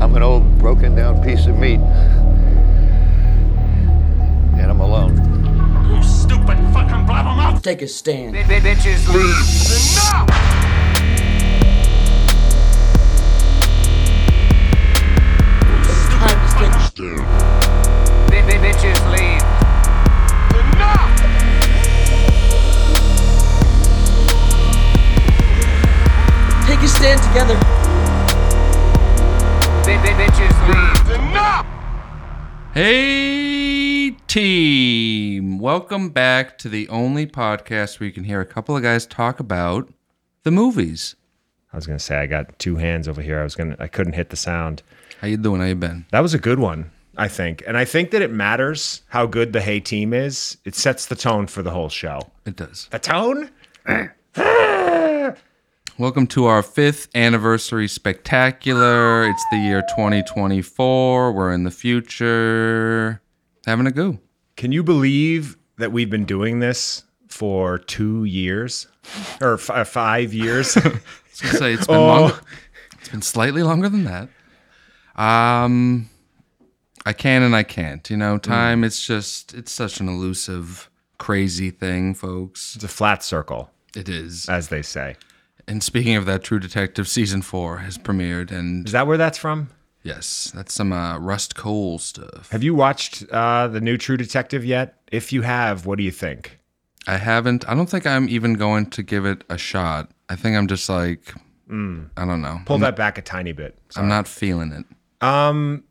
I'm an old broken down piece of meat. And I'm alone. You stupid fucking blabbermouth! Take a stand. Enough! Enough! Take a stand together. Enough! Hey, team. Welcome back to the only podcast where you can hear a couple of guys talk about the movies. I was gonna say I got two hands over here. I was gonna I couldn't hit the sound. How you doing? How you been? That was a good one, I think. And I think that it matters how good the Hey team is. It sets the tone for the whole show. It does. The tone? Welcome to our fifth anniversary spectacular. It's the year 2024. We're in the future. Having a go. Can you believe that we've been doing this for two years or f- uh, five years? I was gonna say it's been Oh. longer. It's been slightly longer than that. Um, I can and I can't. You know, time. It's just it's such an elusive, crazy thing, folks. it's a flat circle, It is. as they say. And speaking of that, True Detective season four has premiered, and Is that where that's from? yes, that's some uh, Rust Cole stuff. Have you watched uh, the new True Detective yet? If you have, what do you think? I haven't. I don't think I'm even going to give it a shot. I think I'm just like, I don't know. Pull that back a tiny bit. I'm not feeling it. Um,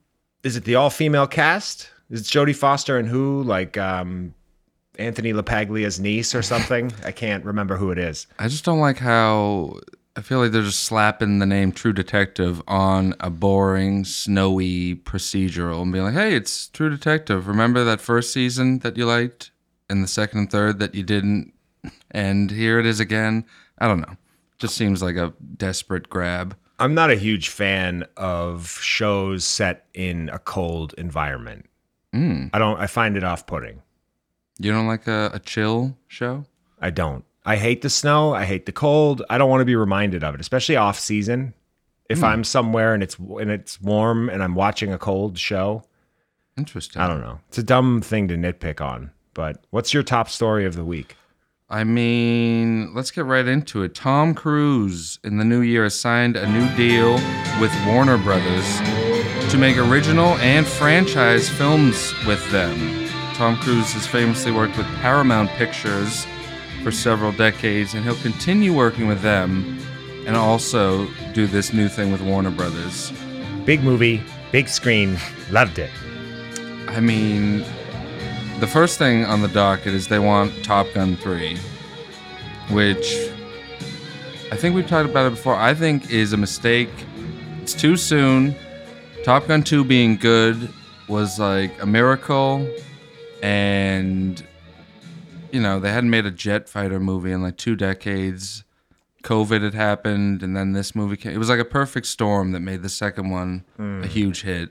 is it the all female cast? Is it Jodie Foster and who? Like um, Anthony LaPaglia's niece or something? I can't remember who it is. I just don't like how I feel like they're just slapping the name True Detective on a boring, snowy procedural and being like, hey, it's True Detective. Remember that first season that you liked and the second and third that you didn't? And here it is again. I don't know. Just seems like a desperate grab. I'm not a huge fan of shows set in a cold environment. I don't. I find it off-putting. You don't like a, a chill show? I don't. I hate the snow. I hate the cold. I don't want to be reminded of it, especially off season. If I'm somewhere and it's and it's warm and I'm watching a cold show, Interesting. I don't know. It's a dumb thing to nitpick on. But what's your top story of the week? I mean, let's get right into it. Tom Cruise in the new year has signed a new deal with Warner Brothers to make original and franchise films with them. Tom Cruise has famously worked with Paramount Pictures for several decades, and he'll continue working with them and also do this new thing with Warner Brothers. Big movie, big screen, loved it. I mean, the first thing on the docket is they want Top Gun 3, which I think we've talked about it before. I think is a mistake. It's too soon. Top Gun 2 being good was like a miracle and you know, they hadn't made a jet fighter movie in like 2 decades. COVID had happened and then this movie came. It was like a perfect storm that made the second one a huge hit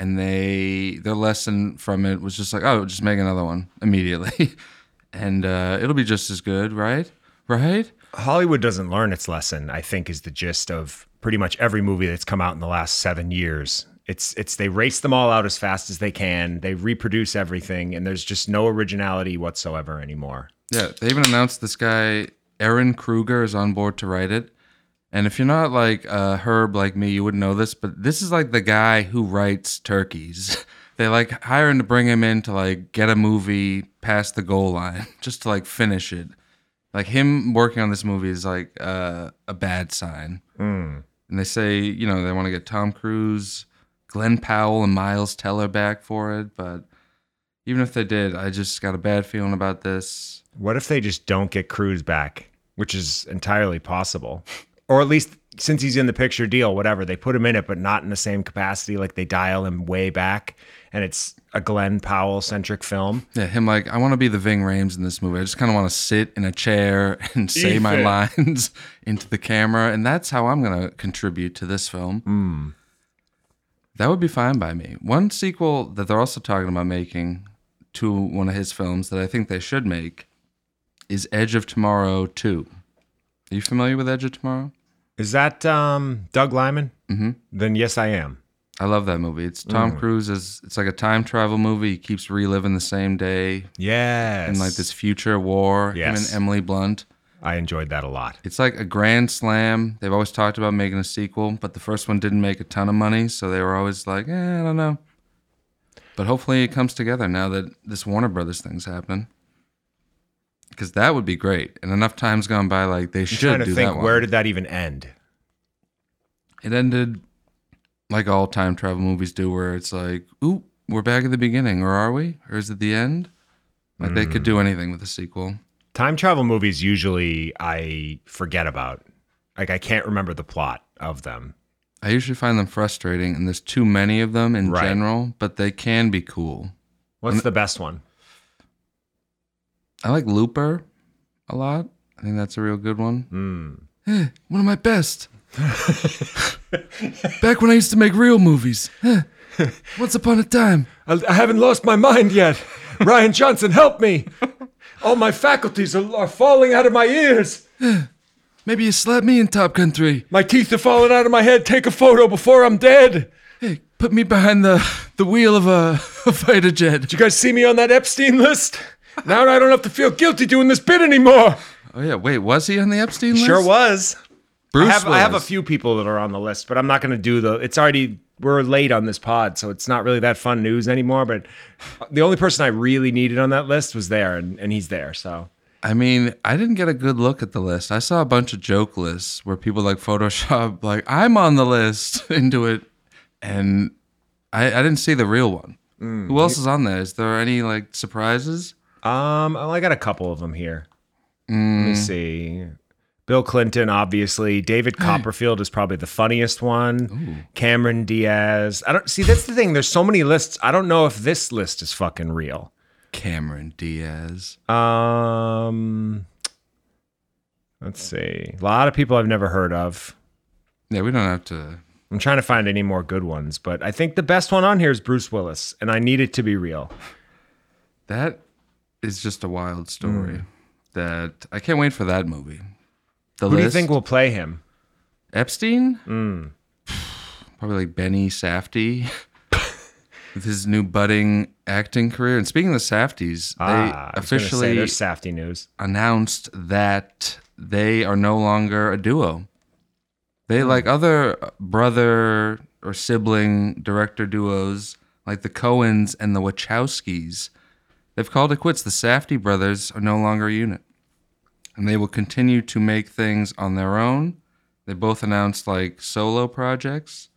and they their lesson from it was just like, oh, just make another one immediately, and uh, it'll be just as good, right? Right? Hollywood doesn't learn its lesson, I think is the gist of pretty much every movie that's come out in the last 7 years. It's it's they race them all out as fast as they can. They reproduce everything and there's just no originality whatsoever anymore. Yeah. They even announced this guy Aaron Kruger is on board to write it. And if you're not like a herb like me, you wouldn't know this, but this is like the guy who writes turkeys. They like hire him to bring him in to like get a movie past the goal line, just to like finish it. Like him working on this movie is like uh, a bad sign. and they say you know they want to get Tom Cruise, Glenn Powell, and Miles Teller back for it. But even if they did, I just got a bad feeling about this. What if they just don't get Cruise back, which is entirely possible? Or at least since he's in the picture deal, whatever, they put him in it, but not in the same capacity. Like they dial him way back and it's a Glenn Powell centric film. Yeah, him like I want to be the Ving Rhames in this movie. I just kind of want to sit in a chair and say my lines into the camera, and that's how I'm gonna contribute to this film. Hmm. That would be fine by me. One sequel that they're also talking about making to one of his films that I think they should make is Edge of Tomorrow Two. Are you familiar with Edge of Tomorrow? Is that um, Doug Lyman? Mm-hmm. Then yes, I am. I love that movie. It's Tom Mm. Cruise is it's like a time travel movie. He keeps reliving the same day Yes. in like this future war. Him Yes. and Emily Blunt. I enjoyed that a lot. It's like a grand slam. They've always talked about making a sequel, but the first one didn't make a ton of money, so they were always like, eh, I don't know. But hopefully it comes together now that this Warner Brothers thing's happening. Because that would be great. And enough time's gone by, like they I'm should trying do to that think one. where did that even end? it ended like all time travel movies do, where it's like, ooh, we're back at the beginning, or are we? Or is it the end? Like they Hmm. could do anything with a sequel. Time travel movies usually I forget about. Like I can't remember the plot of them. I usually find them frustrating, and there's too many of them in Right. general, but they can be cool. What's the best one? I like Looper a lot. I think that's a real good one. Hmm. Eh, one of my best. Back when I used to make real movies. Eh, once upon a time. I, I haven't lost my mind yet. Ryan Johnson, help me. All my faculties are, are falling out of my ears. Maybe you slapped me in Top Gun 3. My teeth are falling out of my head. Take a photo before I'm dead. Hey, put me behind the, the wheel of a, a fighter jet. You guys see me on that Epstein list? Now I don't have to feel guilty doing this bit anymore. Oh, yeah. Wait, was he on the Epstein list? Sure was. Bruce I have, I have a was. few people that are on the list, but I'm not going to do the. It's already we're late on this pod, so it's not really that fun news anymore. But the only person I really needed on that list was there, and, and he's there. So I mean, I didn't get a good look at the list. I saw a bunch of joke lists where people like Photoshop, like, I'm on the list into it. And I, I didn't see the real one. Mm. Who else is on there? Is there any like surprises? um, oh, I got a couple of them here. Let Mm. me see. Bill Clinton, obviously. David Copperfield is probably the funniest one. Cameron Diaz. I don't see. That's the thing. There's so many lists. I don't know if this list is fucking real. Cameron Diaz. Um, let's see. A lot of people I've never heard of. Yeah, we don't have to. I'm trying to find any more good ones, but I think the best one on here is Bruce Willis, and I need it to be real. That is just a wild story. Mm. That I can't wait for that movie. The Who do you list. think will play him? Epstein? Mm. Probably like Benny Safty with his new budding acting career. And speaking of the Safties, Ah, they I was gonna say, officially there's Safety news. announced that they are no longer a duo. They Hmm. like other uh, brother or sibling director duos like the Coens and the Wachowskis. They've called it quits. The Safety brothers are no longer a unit. And they will continue to make things on their own. They both announced like solo projects.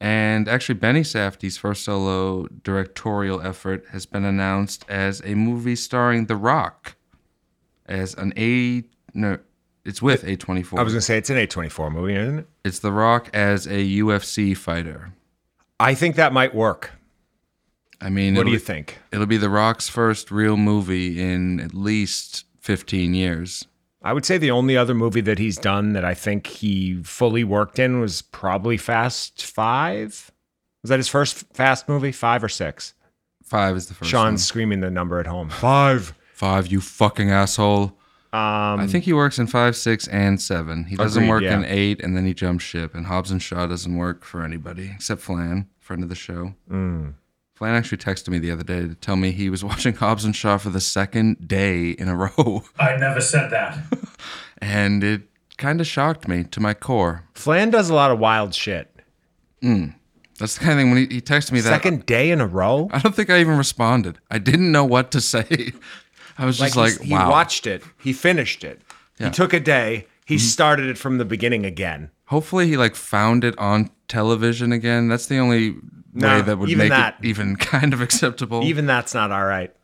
And actually, Benny Safdie's first solo directorial effort has been announced as a movie starring The Rock as an A. No, it's with A24. I was gonna say it's an A24 movie, isn't it? It's The Rock as a UFC fighter. I think that might work. I mean, What it'll do you be- think? It'll be The Rock's first real movie in at least 15 years. I would say the only other movie that he's done that I think he fully worked in was probably Fast Five. Was that his first Fast movie? Five or six? Five is the first. Sean's one. screaming the number at home. Five. five, you fucking asshole. Um, I think he works in five, six, and seven. He doesn't Agreed, work yeah. in eight, and then he jumps ship. And Hobbs and Shaw doesn't work for anybody except Flan, friend of the show. Mm. Flan actually texted me the other day to tell me he was watching Hobbs and Shaw for the second day in a row, I never said that. and it kind of shocked me to my core. Flan does a lot of wild shit. That's the kind of thing when he, he texted me that. Second day in a row. I don't think I even responded. I didn't know what to say. I was just like, he's- he wow. watched it. He finished it. He took a day. He Mm-hmm. started it from the beginning again. Hopefully, he like found it on television again. That's the only No, way that would even make that. it even kind of acceptable. Even that's not all right.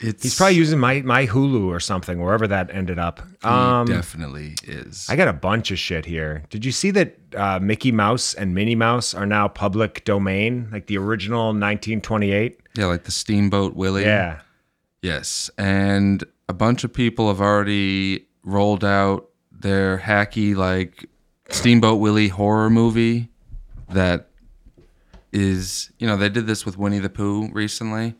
it's He's probably using my my Hulu or something wherever that ended up. Mm, Um, He definitely is. I got a bunch of shit here. Did you see that uh, Mickey Mouse and Minnie Mouse are now public domain, like the original 1928? yeah, like the Steamboat Willie. Yeah. Yes, and a bunch of people have already rolled out their hacky like Steamboat Willie horror movie that is, you know, they did this with Winnie the Pooh recently.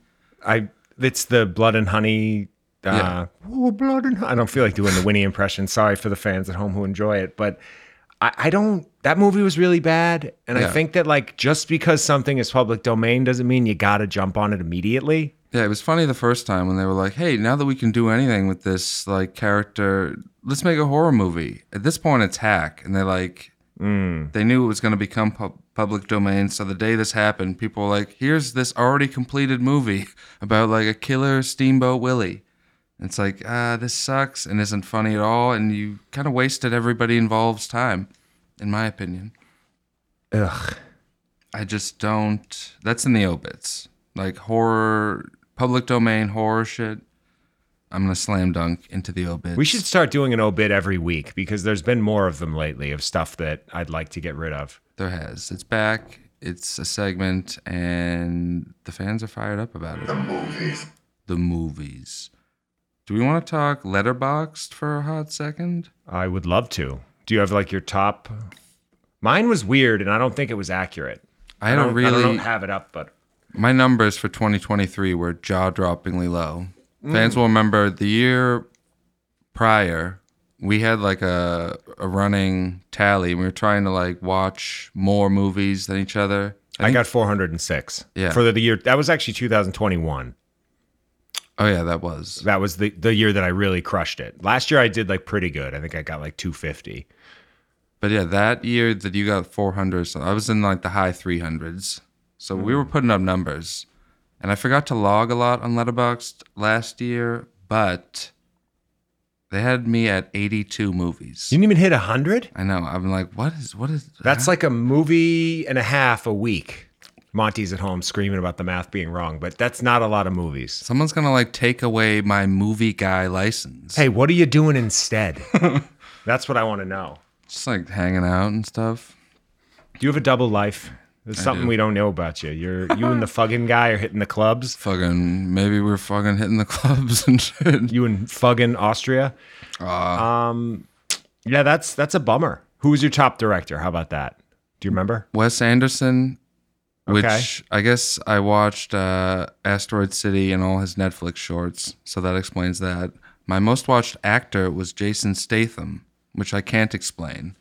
I it's the blood and honey. Uh, Yeah. oh, blood and hon- I don't feel like doing the Winnie impression. Sorry for the fans at home who enjoy it, but I, I don't. That movie was really bad, and Yeah. I think that like just because something is public domain doesn't mean you got to jump on it immediately. Yeah, it was funny the first time when they were like, "Hey, now that we can do anything with this like character, let's make a horror movie." At this point, it's hack, and they like they knew it was going to become pub- public domain. So the day this happened, people were like, "Here's this already completed movie about like a killer steamboat Willie." And it's like, ah, this sucks and isn't funny at all, and you kind of wasted everybody involved's time, in my opinion. Ugh. I just don't. That's in the obits. Like horror, public domain horror shit. I'm gonna slam dunk into the obits. We should start doing an obit every week because there's been more of them lately of stuff that I'd like to get rid of. There has. It's back. It's a segment, and the fans are fired up about it. The movies. The movies. Do we want to talk Letterboxed for a hot second? I would love to. Do you have like your top? Mine was weird, and I don't think it was accurate. I had a I don't really have it up, but my numbers for 2023 were jaw-droppingly low. Fans will remember the year prior, we had like a, a running tally. We were trying to like watch more movies than each other. I, got 406. Yeah. For the year that was actually 2021. Oh yeah, that was. That was the the year that I really crushed it. Last year I did like pretty good. I think I got like 250. But yeah, that year that you got 400, so I was in like the high 300s. So we were putting up numbers. And I forgot to log a lot on Letterboxd last year, but they had me at 82 movies. You didn't even hit 100? I know. I'm like, what is what is That's like a movie and a half a week. Monty's at home screaming about the math being wrong, but that's not a lot of movies. Someone's gonna like take away my movie guy license. Hey, what are you doing instead? that's what I want to know. Just like hanging out and stuff. Do you have a double life? There's something do. we don't know about you. You're you and the fucking guy are hitting the clubs. Fucking maybe we're fucking hitting the clubs and shit. You and fucking Austria. um, yeah, that's that's a bummer. Who was your top director? How about that? Do you remember? Wes Anderson, which Okay. I guess I watched uh, Asteroid City and all his Netflix shorts, so that explains that. My most watched actor was Jason Statham, which I can't explain.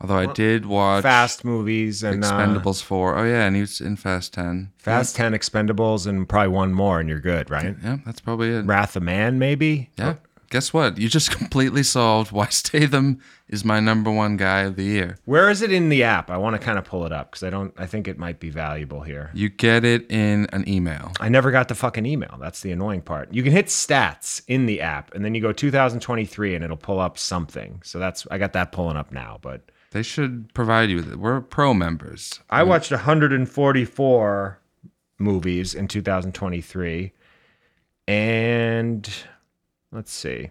Although I did watch Fast movies and uh, Expendables 4. Oh yeah, and he was in Fast 10. Fast Ten, Expendables, and probably one more, and you're good, right? Yeah, that's probably it. Wrath of Man, maybe. Yeah. Guess what? You just completely solved why Statham is my number one guy of the year. Where is it in the app? I want to kind of pull it up because I don't. I think it might be valuable here. You get it in an email. I never got the fucking email. That's the annoying part. You can hit stats in the app, and then you go 2023, and it'll pull up something. So that's I got that pulling up now, but. They should provide you with it. We're pro members. I watched 144 movies in 2023. And let's see.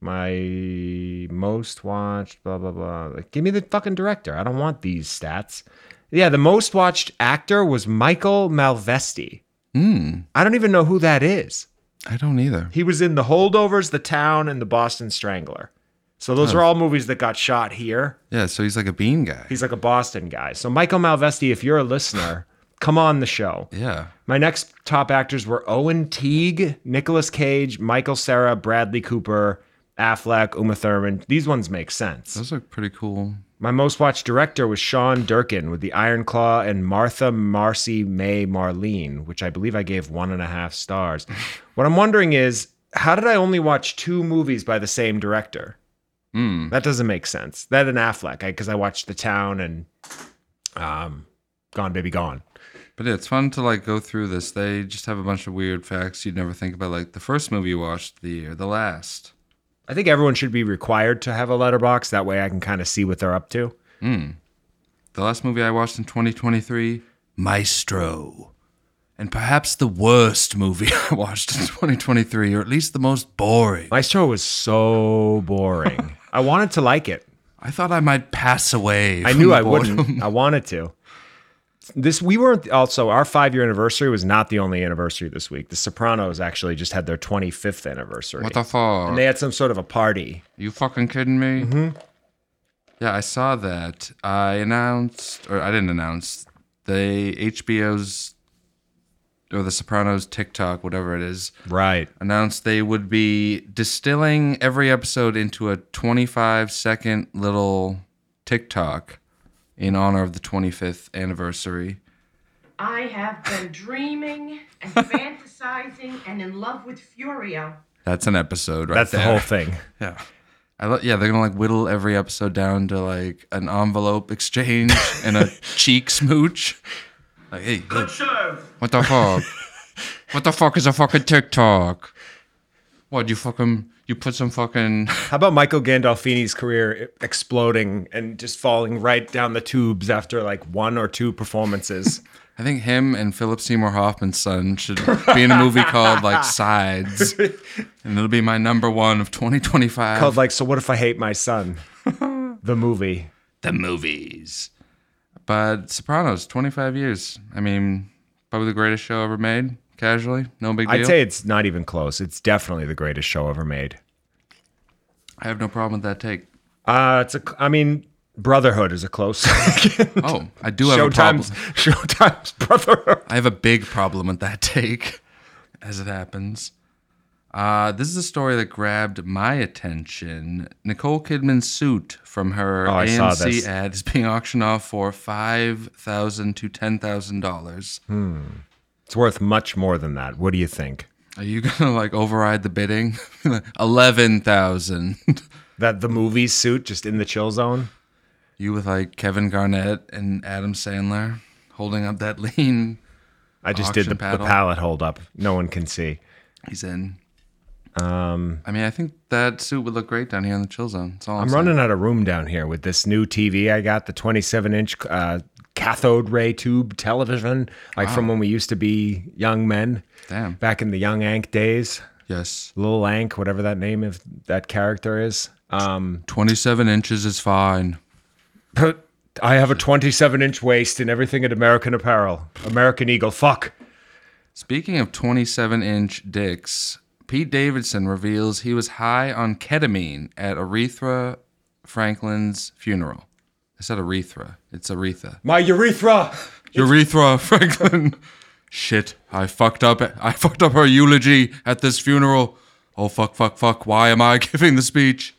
My most watched, blah, blah, blah. Like, give me the fucking director. I don't want these stats. Yeah, the most watched actor was Michael Malvesti. Hmm. I don't even know who that is. I don't either. He was in The Holdovers, The Town, and The Boston Strangler. So those are all movies that got shot here. Yeah, so he's like a bean guy. He's like a Boston guy. So Michael Malvesti, if you're a listener, come on the show. yeah. My next top actors were Owen Teague, Nicolas Cage, Michael Sarah, Bradley Cooper, Affleck, Uma Thurman. These ones make sense. Those look pretty cool. My most watched director was Sean Durkin with The Iron Claw and Martha Marcy May Marlene, which I believe I gave one and a half stars. what I'm wondering is how did I only watch two movies by the same director? Hmm. That doesn't make sense. That and Affleck, because I, watched The Town and um, Gone Baby Gone. But yeah, it's fun to like go through this. They just have a bunch of weird facts you'd never think about, like the first movie you watched, the year, the last. I think everyone should be required to have a letterbox. That way, I can kind of see what they're up to. The last movie I watched in 2023, Maestro. And perhaps the worst movie I watched in 2023, or at least the most boring. Maestro was so boring. I wanted to like it. I thought I might pass away. I from knew the I boredom. wouldn't. I wanted to. This we weren't also our five year anniversary was not the only anniversary this week. The Sopranos actually just had their twenty fifth anniversary. What the fuck? and they Mm-hmm. had some sort of a party. you fucking kidding me? Yeah, I saw that. I announced, or I didn't announce, the HBO's or the Sopranos TikTok, whatever it is, Right. announced they would be distilling every episode into a 25 second little TikTok in honor of the 25th anniversary. I have been dreaming and fantasizing and in love with Furio. That's an episode, right? That's the there. whole thing. Yeah. I lo- yeah, they're gonna like whittle every episode down to like an envelope exchange and a cheek smooch. Like, hey, look, Serve. what the fuck? what the fuck is a fucking TikTok? What you fucking you put some fucking How about Michael Gandolfini's career exploding and just falling right down the tubes after like one or two performances? I think him and Philip Seymour Hoffman's son should be in a movie called like Sides, and it'll be my number one of 2025. Called like, so what if I hate my son? The movie. the movies. But Sopranos, 25 years. I mean, probably the greatest show ever made. Casually, no big deal. I'd say it's not even close. It's definitely the greatest show ever made. I have no problem with that take. Uh, it's a. I mean, Brotherhood is a close. Oh, I do have a problem. Showtime's Showtime's Brotherhood. I have a big problem with that take, as it happens. Uh, this is a story that grabbed my attention. Nicole Kidman's suit from her Oh, I saw AMC this. ad is being auctioned off for five thousand to ten thousand dollars. It's worth much more than that. What do you think? Are you gonna like override the bidding? Eleven thousand. That the movie suit just in the chill zone. You with like Kevin Garnett and Adam Sandler holding up that lean. I just Auction did the, paddle. the palette hold up. No one can see. He's in. Um, I mean, I think that suit would look great down here in the chill zone. That's all I'm, I'm saying. running out of room down here with this new TV I got, the 27 inch uh, cathode ray tube television, like from when we used to be young men. Damn. Back in the young Ank days, Yes. Lil Ank, whatever that name of that character is. Um, 27 inches is fine. but I have a 27 inch waist and everything at American Apparel, American Eagle. Fuck. Speaking of 27 inch dicks, Pete Davidson reveals he was high on ketamine at Aretha Franklin's funeral. I said Aretha. It's Aretha. My urethra. Urethra Franklin. Shit, I fucked up. I fucked up her eulogy at this funeral. Oh fuck, fuck, fuck. Why am I giving the speech?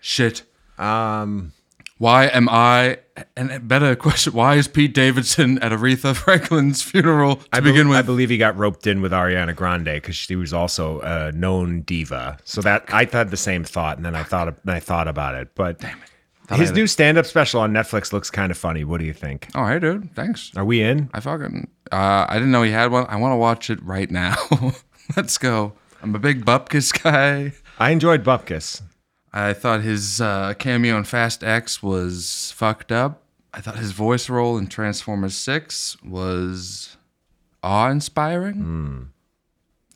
Shit. Um, Why am I? And a better question: Why is Pete Davidson at Aretha Franklin's funeral to I, bel- begin with? I believe he got roped in with Ariana Grande because she was also a known diva. So that I had the same thought, and then I thought and I thought about it. But his new stand-up special on Netflix looks kind of funny. What do you think? oh, hey, dude. Thanks. Are we in? I fucking. Uh, I didn't know he had one. I want to watch it right now. Let's go. I'm a big Bupkis guy. I enjoyed Bupkis. I thought his uh, cameo in Fast X was fucked up. I thought his voice role in Transformers 6 was awe inspiring.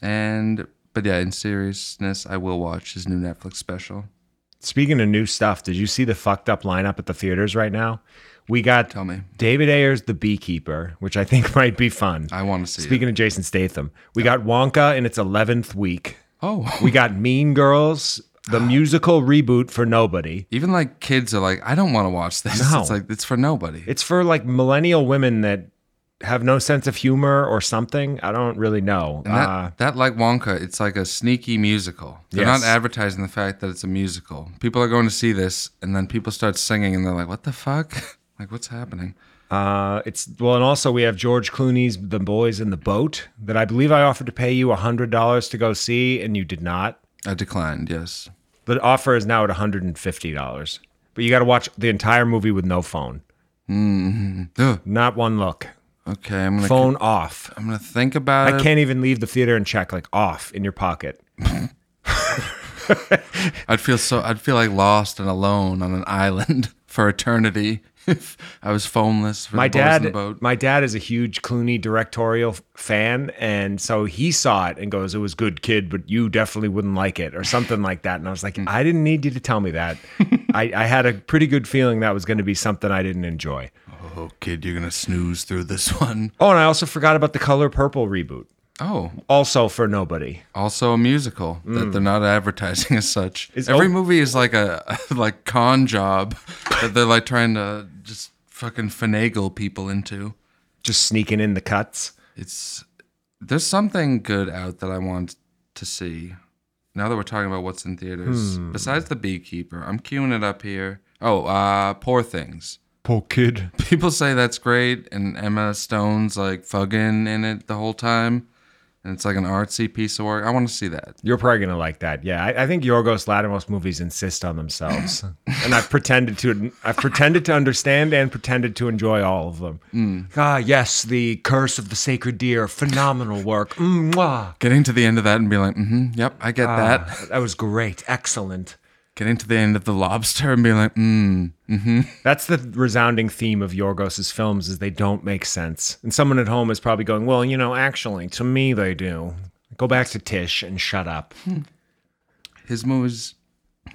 And, but yeah, in seriousness, I will watch his new Netflix special. Speaking of new stuff, did you see the fucked up lineup at the theaters right now? We got Tell me. David Ayer's The Beekeeper, which I think might be fun. I want to see Speaking it. of Jason Statham, we got Wonka in its 11th week. Oh, We got Mean Girls, the musical reboot for nobody. even like kids are like, I don't want to watch this. No. It's like, it's for nobody. It's for like millennial women that have no sense of humor or something. I don't really know. And that, uh, that like Wonka, it's like a sneaky musical. They're Yes. not advertising the fact that it's a musical. People are going to see this, and then people start singing, and they're like, "What the fuck? like, what's happening?" uh, it's well, and also we have George Clooney's The Boys in the Boat that I believe I offered to pay you hundred dollars to go see, and you did not. I declined. Yes, The offer is now at hundred and fifty dollars, but you got to watch the entire movie with no phone, Ugh. not one look, okay. I'm gonna phone off. I'm gonna think about I it. can't even leave the theater and check like off in your pocket. I'd feel so. I'd feel like lost and alone on an island for eternity if I was phoneless. For my the boys in the dad boat. my dad is a huge clooney directorial f- fan and so he saw it and goes it was good kid but you definitely wouldn't like it or something like that and i was like i didn't need you to tell me that I, I had a pretty good feeling that was going to be something i didn't enjoy oh, kid, you're gonna snooze through this one. oh and i also forgot about the color purple reboot Oh, also for nobody also a musical that they're not advertising as such. Is Every Op- movie is like a like con job that they're like trying to just fucking finagle people into. just sneaking in the cuts It's there's something good out that I want to see. Now that we're talking about what's in theaters, besides the Beekeeper, I'm queuing it up here. Oh, uh, Poor Things. Poor kid. People say that's great, and Emma Stone's like fugging in it the whole time, and it's like an artsy piece of work. I want to see that. You're probably gonna like that. Yeah, I, I think Yorgos Lanthimos movies insist on themselves, and I've pretended to. I've pretended to understand and pretended to enjoy all of them. Ah, yes, the Curse of the Sacred Deer, phenomenal work. Mwah. Ah, Getting to the end of that and be like, mm-hmm, yep, I get that. That was great, excellent. Getting to the end of the lobster and be like, mm, That's the resounding theme of Yorgos's films is they don't make sense. And someone at home is probably going, "Well, you know, actually, to me they do." Go back to Tish and shut up. his movies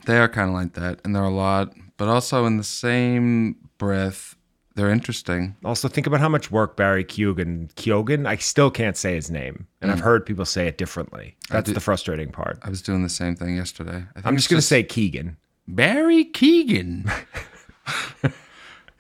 they are kind of like that and they're a lot but also in the same breath they're interesting Also, think about how much work Barry Keoghan. Keoghan, I still can't say his name, and I've heard people say it differently. That's did- the frustrating part. i was doing the same thing yesterday I think I'm it's just gonna say Keegan. barry keegan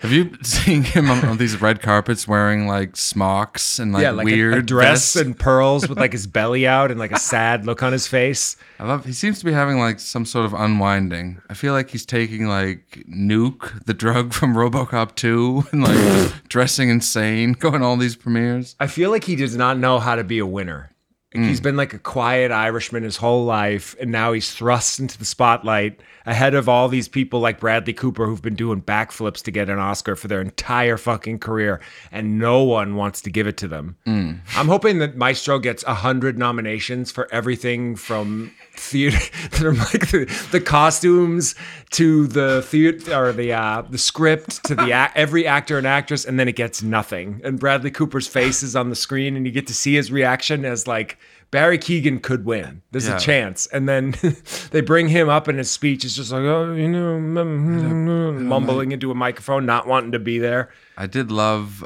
have you seen him on, on these red carpets wearing like smocks and like, a- weird a, dress vests? and pearls with like his belly out and like a sad look on his face. i love he seems to be having like some sort of unwinding i feel like he's taking like nuke the drug from robocop 2 and like dressing insane going to all these premieres I feel like he does not know how to be a winner. Like, He's been like a quiet Irishman his whole life, and now he's thrust into the spotlight ahead of all these people like Bradley Cooper who've been doing backflips to get an Oscar for their entire fucking career, and no one wants to give it to them. I'm hoping that Maestro gets a hundred nominations for everything from theater, from like the, the costumes to the theater or the uh, the script to the ac every actor and actress, and then it gets nothing. And Bradley Cooper's face is on the screen, and you get to see his reaction as like Barry Keegan could win. There's Yeah. a chance, and then they bring him up, and his speech is just like oh, you know, mm, mumbling into a microphone, not wanting to be there. I did love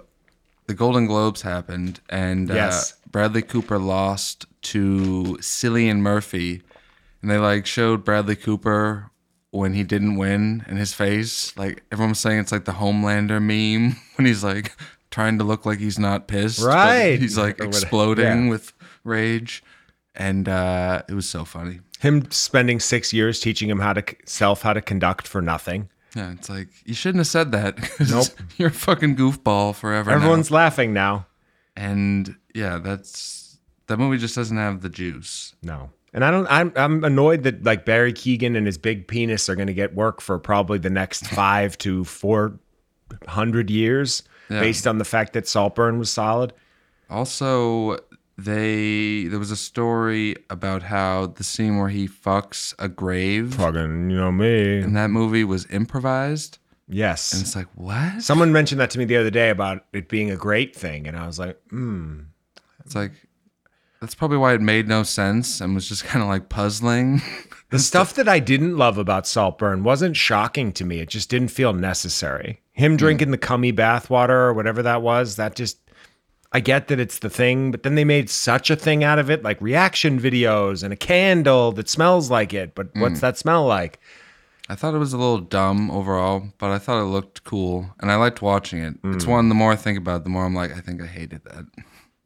the Golden Globes happened, and Yes. uh, Bradley Cooper lost to Cillian Murphy, and they like showed Bradley Cooper when he didn't win and his face. Like everyone was saying, it's like the Homelander meme when he's like trying to look like he's not pissed, but Right. He's like Or what- exploding yeah. with rage, and uh, it was so funny. Him spending six years teaching him how to c- self how to conduct for nothing. Yeah, it's like you shouldn't have said that. 'cause Nope. you're a fucking goofball forever. now. Everyone's laughing now. and yeah, that's that movie just doesn't have the juice. No. And I don't I'm I'm annoyed that like Barry Keegan and his big penis are gonna get work for probably the next five to four hundred years Yeah. based on the fact that Saltburn was solid. Also, they there was a story about how the scene where he fucks a grave Fucking you know me. in that movie was improvised. Yes. It's like what? Someone mentioned that to me the other day about it being a great thing, and I was like, hmm. It's like that's probably why it made no sense and was just kind of like puzzling. The stuff that I didn't love about Saltburn wasn't shocking to me. It just didn't feel necessary. Him drinking the cummy bathwater or whatever that was, that just I get that it's the thing, but then they made such a thing out of it, like reaction videos and a candle that smells like it. But Mm. what's that smell like? I thought it was a little dumb overall, but I thought it looked cool and I liked watching it. Hmm. It's one the more I think about it, the more I'm like, I think I hated that.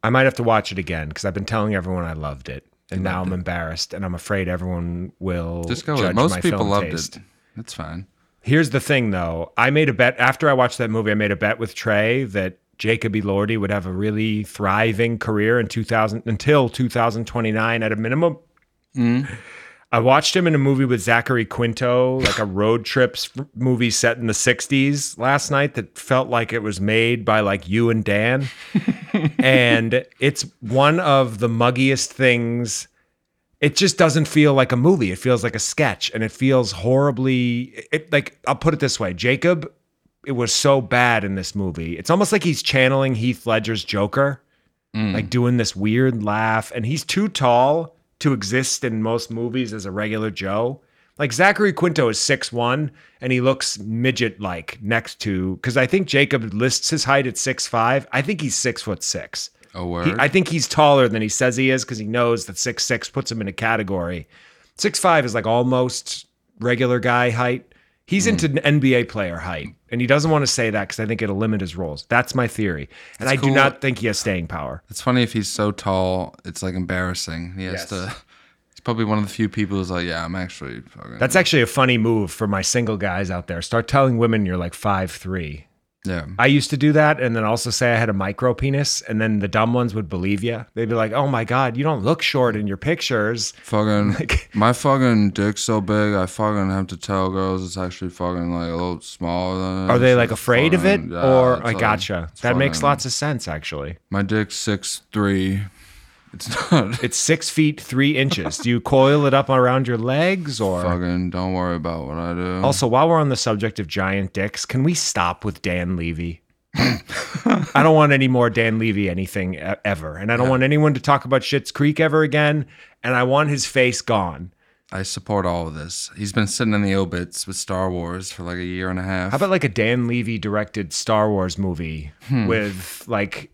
I might have to watch it again because I've been telling everyone I loved it. And now I'm embarrassed and I'm afraid everyone will Just go with judge it. Most my people film loved taste. it. That's fine. Here's the thing, though. I made a bet after I watched that movie. I made a bet with Trey that Jacob E. Lordy would have a really thriving career in 2000 until 2029 at a minimum. I watched him in a movie with Zachary Quinto, like a road trips f- movie set in the 60s last night that felt like it was made by like you and Dan. and it's one of the muggiest things it just doesn't feel like a movie. It feels like a sketch, and it feels horribly. It like I'll put it this way, Jacob. It was so bad in this movie. It's almost like he's channeling Heath Ledger's Joker, like doing this weird laugh, and he's too tall to exist in most movies as a regular Joe. Like Zachary Quinto is 6'1 and he looks midget like next to because I think Jacob lists his height at 6'5. I think he's six foot six. A word. He, I think he's taller than he says he is because he knows that six six puts him in a category. Six five is like almost regular guy height. He's Hmm. into an NBA player height, and he doesn't want to say that because I think it'll limit his roles. That's my theory, and I cool. do not think he has staying power. It's funny if he's so tall, it's like embarrassing. He has Yes. to He's probably one of the few people who's like, yeah, I'm actually fucking. That's actually a funny move for my single guys out there. Start telling women you're like five three. yeah. I used to do that and then also say I had a micro penis, and then the dumb ones would believe you. They'd be like, "Oh my god, you don't look short in your pictures." Fucking Like- my fucking dick's so big, I fucking have to tell girls it's actually fucking like a little smaller than. it Are they is. like It's afraid of it, fucking- yeah, or it's I like- gotcha? it's That makes fucking- lots of sense actually. My dick's six three. It's not It's six feet three inches. Do you coil it up around your legs or? Oh. fucking. Don't worry about what I do. Also, while we're on the subject of giant dicks, can we stop with Dan Levy? I don't want any more Dan Levy anything e- ever, and I don't want anyone to talk about Shit's Creek ever again. And I want his face gone. I support all of this. He's been sitting in the obits with Star Wars for like a year and a half. How about like a Dan Levy directed Star Wars movie Hmm. with like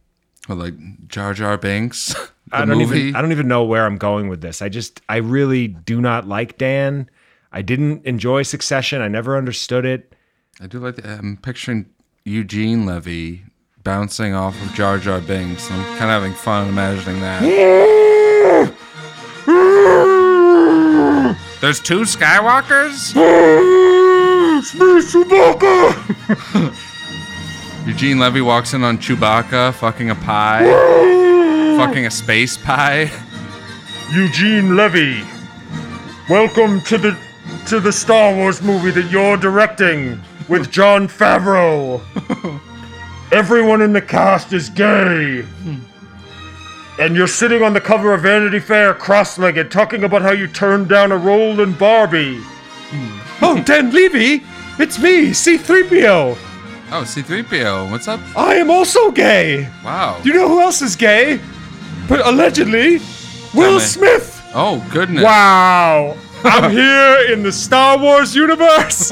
Or like Jar Jar Binks? The I don't movie? even I don't even know where I'm going with this. I just I really do not like Dan. I didn't enjoy Succession. I never understood it. I do like. The, I'm picturing Eugene Levy bouncing off of Jar Jar Binks. I'm kind of having fun imagining that. There's two Skywalkers. Eugene Levy walks in on Chewbacca, fucking a pie, fucking a space pie. Eugene Levy. Welcome to the to the Star Wars movie that you're directing with John Favreau. Everyone in the cast is gay. Hmm. And you're sitting on the cover of Vanity Fair cross-legged talking about how you turned down a role in Barbie. Oh, Dan Levy, it's me, C3PO. Oh, C-3PO, what's up? I am also gay. Wow. You know who else is gay? But allegedly, Tell Will me. Smith. Oh goodness. Wow. I'm here in the Star Wars universe.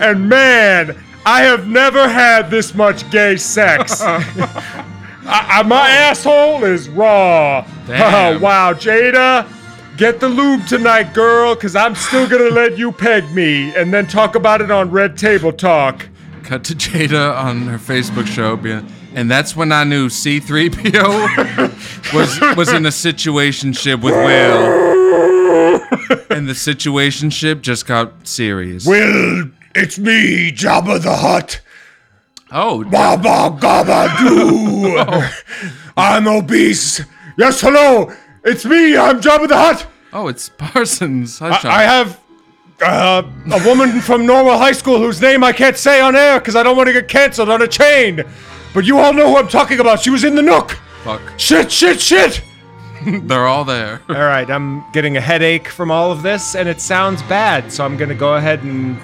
And man, I have never had this much gay sex. I, I- my asshole is raw. Damn. wow, Jada, get the lube tonight, girl, because I'm still going to let you peg me and then talk about it on Red Table Talk. Cut to Jada on her Facebook show, being, and that's when I knew C-3PO was was in a situationship with Will, and the situationship just got serious. Well, it's me, Jabba the Hutt. Oh, Baba Gaba Doo. Oh. I'm obese. Yes, hello. It's me. I'm Jabba the Hutt. oh, it's Parsons. Hi, Sean. I have uh, a woman from Normal High School whose name I can't say on air because I don't want to get canceled on a chain. But you all know who I'm talking about. She was in the Nook. Fuck, Shit, shit, shit. they're all there. All right, I'm getting a headache from all of this, and it sounds bad, so I'm gonna go ahead and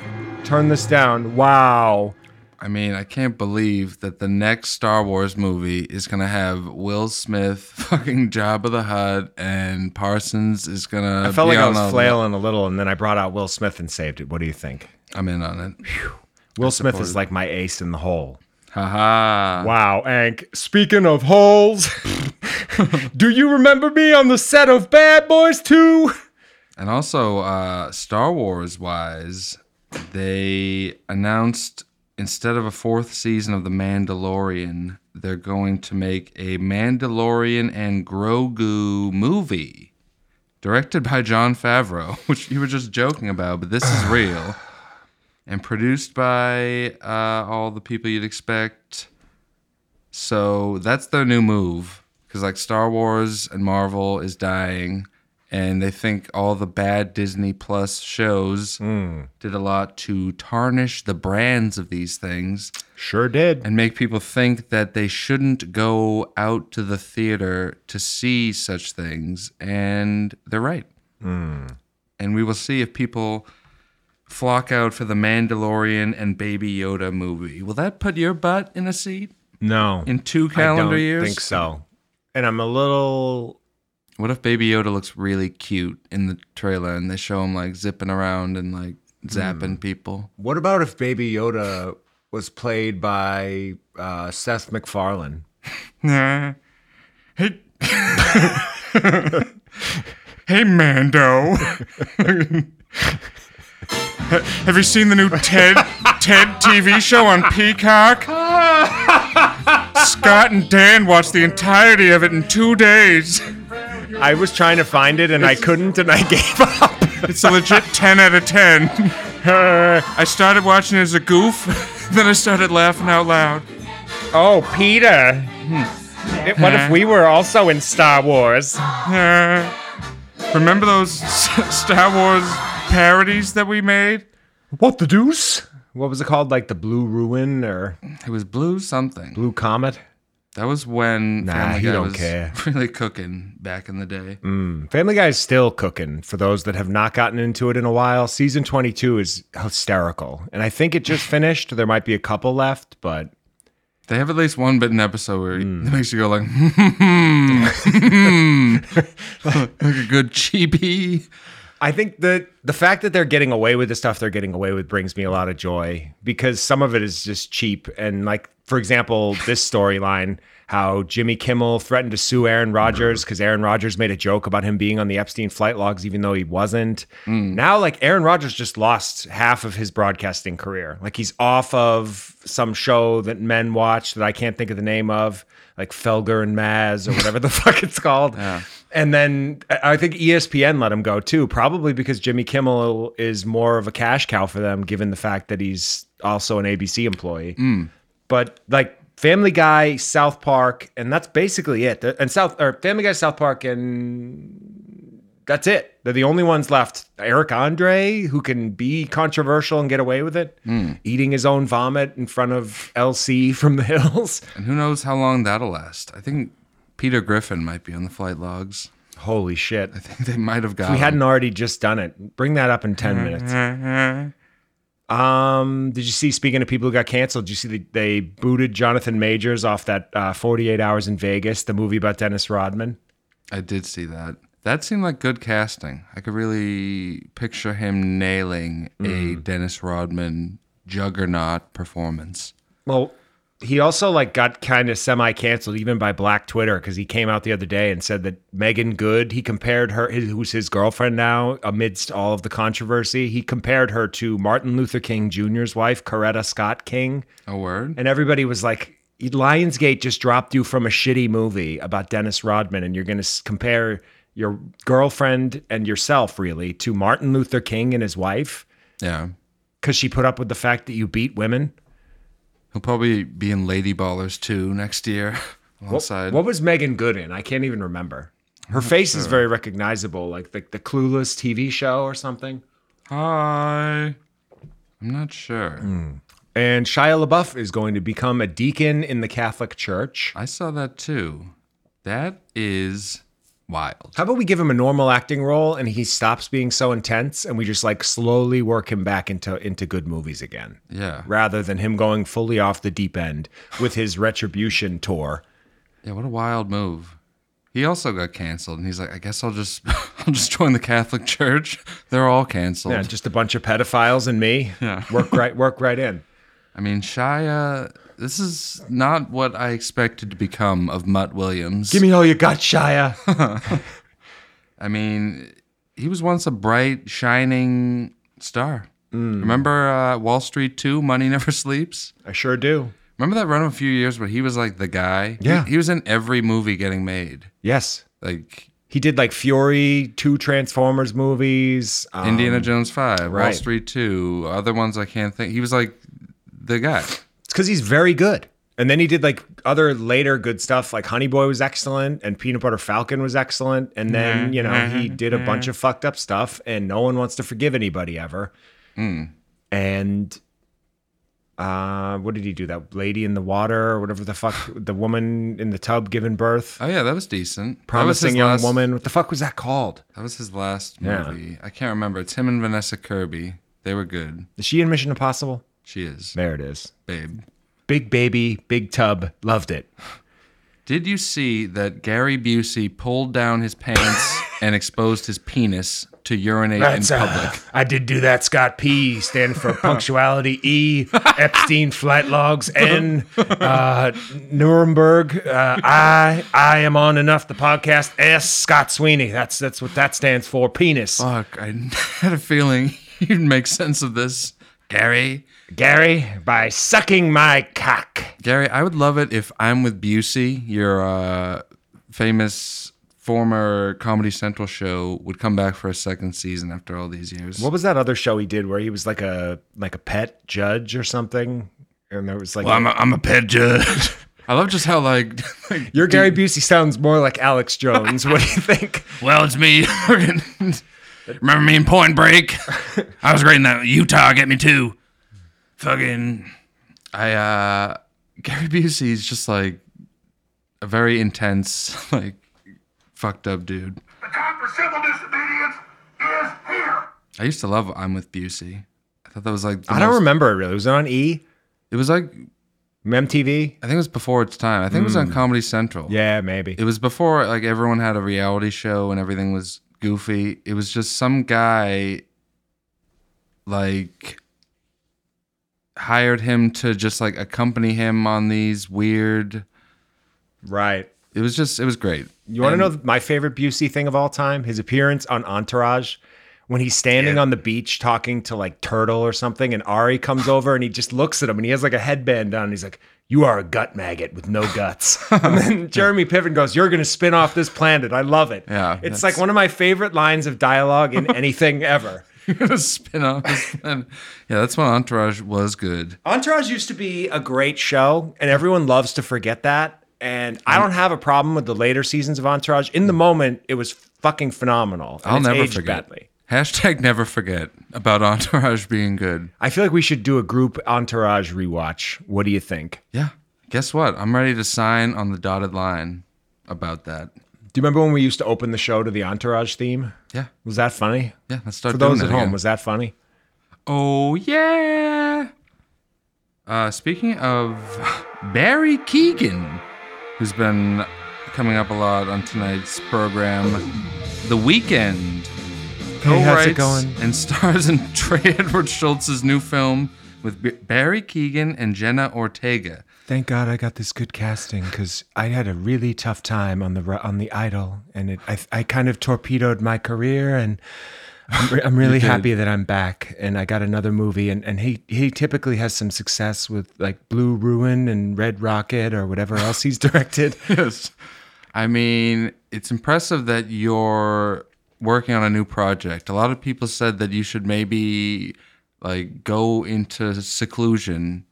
turn this down. Wow. I mean, I can't believe that the next Star Wars movie is gonna have Will Smith, fucking Jabba the Hutt, and Parsons is gonna. I felt be like I on a- was flailing a little, and then I brought out Will Smith and saved it. What do you think? I'm in on it. Will Smith is like my ace in the hole. Haha. Wow, Ank. Speaking of holes, do you remember me on the set of Bad Boys 2? And also, uh, Star Wars wise, they announced instead of a fourth season of The Mandalorian, they're going to make a Mandalorian and Grogu movie directed by John Favreau, which you were just joking about, but this is real. And produced by uh, all the people you'd expect. So that's their new move. Because, like, Star Wars and Marvel is dying. And they think all the bad Disney Plus shows did a lot to tarnish the brands of these things Sure did. and make people think that they shouldn't go out to the theater to see such things. And they're right. And we will see if people flock out for the Mandalorian and Baby Yoda movie. Will that put your butt in a seat? No. in two calendar I don't years. think so. And I'm a little. What if Baby Yoda looks really cute in the trailer and they show him like zipping around and like zapping people? What about if Baby Yoda was played by uh, Seth MacFarlane? Nah. Hey. hey, Mando. Have you seen the new Ted Ted TV show on Peacock? Scott and Dan watched the entirety of it in two days. I was trying to find it and I couldn't and I gave up. It's a legit 10 out of 10. I started watching it as a goof, then I started laughing out loud. Oh, Peter. Hmm. What if we were also in Star Wars? Remember those S- Star Wars parodies that we made? What the deuce? What was it called? Like the Blue Ruin or It was Blue something. Blue Comet? That was when Nah, Family he Guy don't was care. Mm. really cooking back in the day. Family Guy is still cooking for those that have not gotten into it in a while. Season 22 is hysterical. And I think it just finished. There might be a couple left, but They have at least one bit an episode where it Mm. makes you go like, like a good cheapie. I think that the fact that they're getting away with the stuff they're getting away with brings me a lot of joy because some of it is just cheap. And like, for example, this storyline, how Jimmy Kimmel threatened to sue Aaron Rodgers because Aaron Rodgers made a joke about him being on the Epstein flight logs, even though he wasn't. Now, like Aaron Rodgers just lost half of his broadcasting career. Like he's off of some show that men watch that I can't think of the name of, like Felger and Maz or whatever the fuck it's called. And then I I think E ESPN let him go too, probably because Jimmy Kimmel is more of a cash cow for them, given the fact that he's also an ABC employee. But like Family Guy, South Park, and that's basically it. And South or Family Guy, South Park, and that's it. They're the only ones left. Eric Andre, who can be controversial and get away with it, eating his own vomit in front of LC from the hills. And who knows how long that'll last. I think Peter Griffin might be on the flight logs. Holy shit. I think they might have got we him. hadn't already just done it. Bring that up in 10 minutes. Um, did you see, speaking of people who got canceled, did you see that they booted Jonathan Majors off that uh, 48 Hours in Vegas, the movie about Dennis Rodman? I did see that. That seemed like good casting. I could really picture him nailing a Dennis Rodman juggernaut performance. Well, he also like got kind of semi canceled even by Black Twitter because he came out the other day and said that Megan Good, he compared her, his, who's his girlfriend now, amidst all of the controversy, he compared her to Martin Luther King Jr.'s wife, Coretta Scott King. A word? And everybody was like, Lionsgate just dropped you from a shitty movie about Dennis Rodman, and you're going to compare your girlfriend and yourself really to Martin Luther King and his wife yeah. because she put up with the fact that you beat women. He'll probably be in Lady Ballers 2 next year What, alongside. what was Megan Good in? I can't even remember. Her face is very recognizable, like the, the Clueless TV show or something. Hi. I'm not sure. And Shia LaBeouf is going to become a deacon in the Catholic Church. I saw that too. That is wild. How about we give him a normal acting role and he stops being so intense and we just like slowly work him back into into good movies again Yeah. rather than him going fully off the deep end with his retribution tour. Yeah, what a wild move. He also got canceled and he's like, I guess I'll just I'll just join the Catholic Church. They're all canceled. Yeah, just a bunch of pedophiles and me. Yeah. Work right work right in. I mean, Shia, this is not what I expected to become of Mutt Williams. Give me all you got, Shia. I mean, he was once a bright, shining star. Mm. Remember uh, Wall Street 2, Money Never Sleeps? I sure do. Remember that run of a few years where he was like the guy? He- Yeah. He, was in every movie getting made. Yes. Like He did like Fury, two Transformers movies. um, Indiana Jones 5, Wall right. Street 2, other ones I can't think. He was like the guy. It's because he's very good. And then he did like other later good stuff, like Honey Boy was excellent, and Peanut Butter Falcon was excellent. And Mm-hmm. then you know he did a bunch of fucked up stuff, and no one wants to forgive anybody ever. Mm. And uh, what did he do? That lady in the water, or whatever the fuck, the woman in the tub giving birth, Oh, yeah, that was decent. That was his promising young last- woman. What the fuck was that called? That was his last Yeah. movie. I can't remember. It's him and Vanessa Kirby. They were good. Is she in Mission Impossible? She is, There it is. babe. Big baby, big tub, loved it. Did you see that Gary Busey pulled down his pants and exposed his penis to urinate in public? uh, I did do that, Scott. P stand for punctuality. E Epstein flight logs. N uh, Nuremberg. Uh, I I am on enough the podcast. S Scott Sweeney. That's that's what that stands for. Penis. Fuck, I had a feeling you'd make sense of this. Gary, Gary by sucking my cock. Gary, I would love it if I'm with Busey, your uh, famous former Comedy Central show would come back for a second season after all these years. What was that other show he did where he was like a like a pet judge or something? And there was like Well, I'm a, I'm a pet judge. I love just how like, like your Gary Busey sounds more like Alex Jones. what do you think? well, it's me. Remember me in Point Break? I was great in that. Utah get me too. Fucking. I uh, Gary Busey is just like a very intense, like fucked up dude. The time for civil disobedience is here. I used to love I'm with Busey. I thought that was like the I don't most- remember it really. Was it on E? It was like MTV? I think it was before its time. I think it was on Hmm. Comedy Central. Yeah, maybe. It was before like everyone had a reality show and everything was goofy. It was just some guy like hired him to just like accompany him on these weird Right. it was just it was great. You want to And- know th- my favorite Busey thing of all time? His appearance on Entourage when he's standing on the beach talking to like Turtle or something, and Ari comes over and he just looks at him and he has like a headband on. And he's like, You are a gut maggot with no guts. and then Jeremy Piven goes, You're going to spin off this planet. I love it. Yeah, It's that's- like one of my favorite lines of dialogue in anything ever. a spin off. yeah, that's when Entourage was good. Entourage used to be a great show, and everyone loves to forget that. And I don't have a problem with the later seasons of Entourage. In the moment, it was fucking phenomenal. and I'll it's never aged forget. badly. Hashtag never forget about Entourage being good. I feel like we should do a group Entourage rewatch. What do you think? Yeah. Guess what? I'm ready to sign on the dotted line about that. Do you remember when we used to open the show to the Entourage theme? Yeah. Was that funny? Yeah. Let's start For those doing that at home, again. was that funny? Oh yeah. Uh, speaking of Barry Keegan, who's been coming up a lot on tonight's program, The Weekend Hey, how's it co-writes going? and stars in Trey Edward Schultz's new film with B- Barry Keegan and Jenna Ortega. Thank God I got this good casting because I had a really tough time on the ru- on the Idol, and it, I I kind of torpedoed my career, and I'm, re- I'm really happy that I'm back, and I got another movie, and, and he he typically has some success with like Blue Ruin and Red Rocket or whatever else he's directed. Yes. I mean, it's impressive that you're working on a new project. A lot of people said that you should maybe like go into seclusion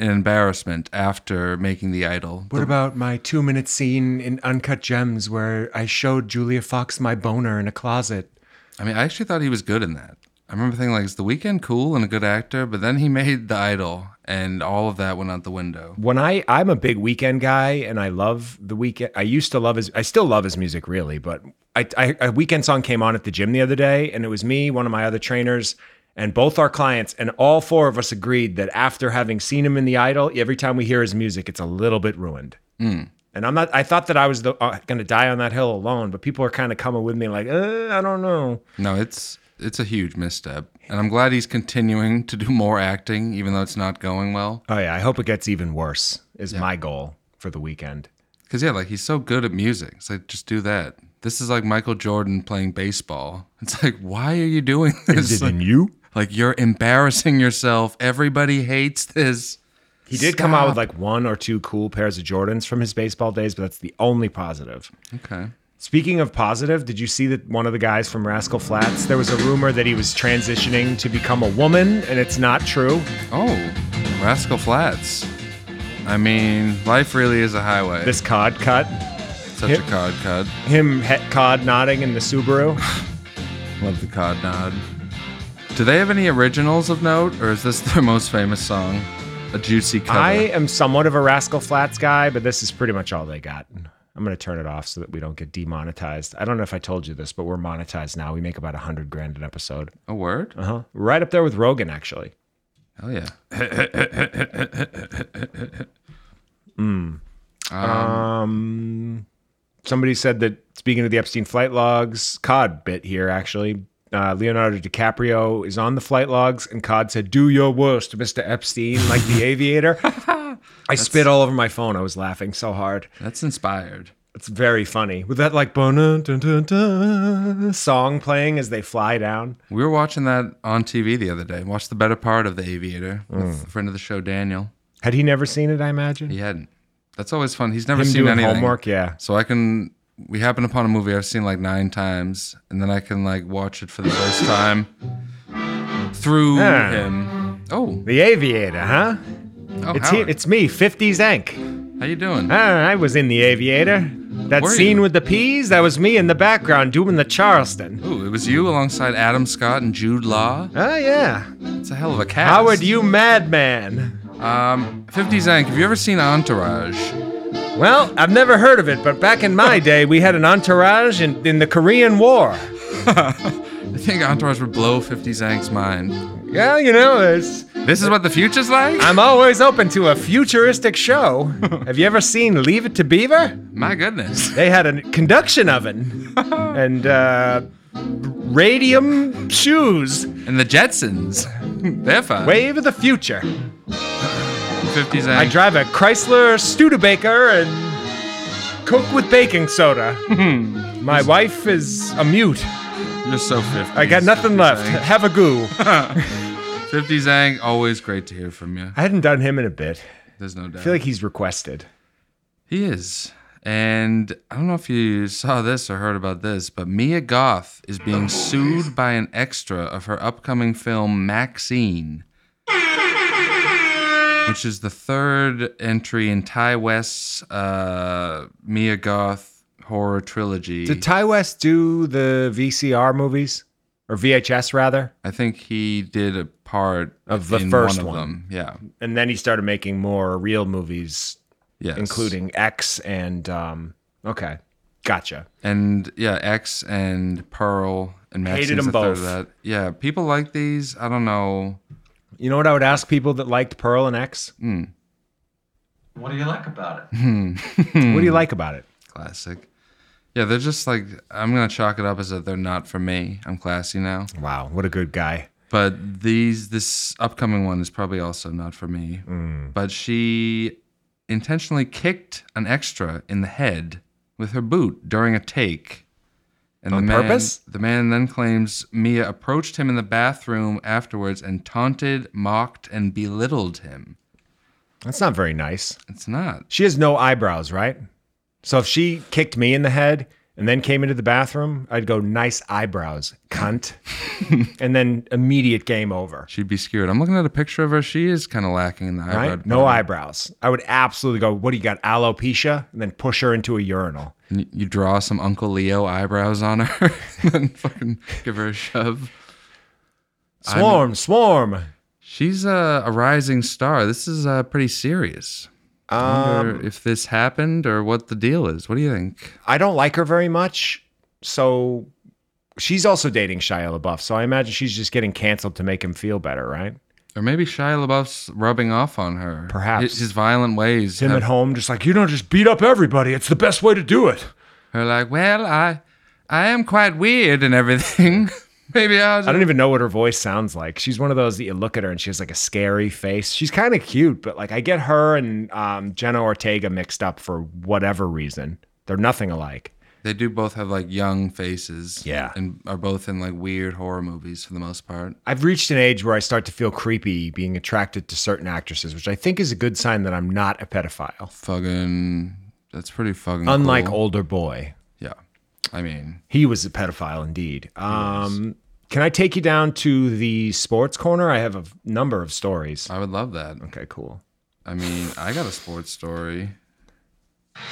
and embarrassment after making the idol. What about my two minute scene in Uncut Gems where I showed Julia Fox my boner in a closet? I mean, I actually thought he was good in that. I remember thinking like, is the weekend cool and a good actor? But then he made the idol, and all of that went out the window. when I I'm a big weekend guy and I love the weekend. I used to love his. I still love his music really, but I, I a weekend song came on at the gym the other day, and it was me, one of my other trainers, and both our clients, and all four of us agreed that after having seen him in the Idol, every time we hear his music, it's a little bit ruined. And I'm not. I thought that I was the, uh, going to die on that hill alone, but people are kind of coming with me like, uh, I don't know. No, it's it's a huge misstep, and I'm glad he's continuing to do more acting, even though it's not going well. Oh yeah, I hope it gets even worse. Is my goal for the weekend. Because, yeah, like he's so good at music. It's like, just do that. This is like Michael Jordan playing baseball. It's like, why are you doing this? Like, you? like, you're embarrassing yourself. Everybody hates this. He did come out with like one or two cool pairs of Jordans from his baseball days, but that's the only positive. Okay. Speaking of positive, did you see that one of the guys from Rascal Flats? There was a rumor that he was transitioning to become a woman, and it's not true. Oh, Rascal Flats. I mean, life really is a highway. This cod cut, Such hip- a cod cut. him he- cod nodding in the Subaru. Love the cod nod. Do they have any originals of note, or is this their most famous song? A juicy cover. I am somewhat of a Rascal Flats guy, but this is pretty much all they got. I'm gonna turn it off so that we don't get demonetized. I don't know if I told you this, but we're monetized now. We make about a hundred grand an episode. a word? Uh huh. Right up there with Rogan, actually. Hell yeah. Um, somebody said that speaking of the Epstein flight logs, Cod bit here actually. Uh, Leonardo DiCaprio is on the flight logs, and Cod said, "Do your worst, Mr. Epstein," like the aviator. I spit all over my phone. I was laughing so hard. That's inspired. It's very funny with that like "Bona dun dun dun" song playing as they fly down. We were watching that on TV the other day. Watched the better part of The Aviator Mm. with a friend of the show, Daniel. Had he never seen it? I imagine He hadn't. That's always fun. He's never him seen doing anything. homework. Yeah, So I can we happen upon a movie I've seen like nine times, and then I can like watch it for the first time through Yeah. him. Oh, The Aviator, huh? oh It's he, Howard, it's me, 50s Ank. how you doing? Ah, I was in the aviator. That Were scene you? with the peas, that was me in the background doing the Charleston. Ooh, it was you alongside Adam Scott and Jude Law. Oh yeah. It's a hell of a cast. Howard, you madman. Um, 50 Zank, have you ever seen Entourage? Well, I've never heard of it, but back in my day, we had an entourage in, in the Korean War. I think Entourage would blow 50 Zank's mind. Yeah, you know, it's, This is what the future's like? I'm always open to a futuristic show. Have you ever seen Leave It to Beaver? My goodness. They had a conduction oven and uh, radium shoes. And the Jetsons. They're fine. Wave of the future. 50 I Zank. drive a Chrysler Studebaker and cook with baking soda. My wife is a mute. You're so 50. I got nothing left. Have a goo. 50 Zank, always great to hear from you. I hadn't done him in a bit. There's no doubt. I feel like he's requested. he is. And I don't know if you saw this or heard about this, but Mia Goth is being sued by an extra of her upcoming film Maxine, which is the third entry in Ty West's uh, Mia Goth horror trilogy. Did Ty West do the VCR movies? Or VHS, rather? I think he did a part Of the in first one of one. them. Yeah. And then he started making more real movies, Yes. including X and. Um, okay. Gotcha. and yeah, X and Pearl and Max Hated 'em both. That. Yeah, people like these. I don't know. You know what I would ask people that liked Pearl and X? What do you like about it? Hmm. What do you like about it? Classic. Yeah, they're just like I'm gonna chalk it up as that they're not for me. I'm classy now. Wow, what a good guy. But these this upcoming one is probably also not for me. Mm. But she intentionally kicked an extra in the head with her boot during a take. And On the man, purpose? The man then claims Mia approached him in the bathroom afterwards and taunted, mocked, and belittled him. That's not very nice. It's not. She has no eyebrows, right? So if she kicked me in the head and then came into the bathroom, I'd go, nice eyebrows, cunt. and then immediate game over. She'd be skewered. I'm looking at a picture of her. She is kind of lacking in the eyebrow. Right? No department. eyebrows. I would absolutely go, what do you got, alopecia? And then push her into a urinal. And you- you draw some Uncle Leo eyebrows on her and then fucking give her a shove. Swarm, swarm. She's a, a rising star. This is uh, pretty serious. I Um, wonder if this happened or what the deal is. What do you think? I don't like her very much. So she's also dating Shia LaBeouf. So I imagine she's just getting canceled to make him feel better, right? Or maybe Shia LaBeouf's rubbing off on her. Perhaps. His, his violent ways. Him have at home, just like, you don't just beat up everybody. It's the best way to do it. her like, well, I, I am quite weird and everything. maybe I'll just I don't even know what her voice sounds like. She's one of those that you look at her and she has like a scary face. She's kind of cute, but like I get her and um, Jenna Ortega mixed up for whatever reason. They're nothing alike. They do both have like young faces. e-, Yeah. And are both in like weird horror movies for the most part. I've reached an age where I start to feel creepy being attracted to certain actresses, which I think is a good sign that I'm not a pedophile. Fucking. That's pretty fucking. Unlike cool. older boy, Yeah. I mean, he was a pedophile indeed. Um, can I take you down to the sports corner? I have a number of stories. I would love that. Oh, Okay, cool. I mean, I got a sports story.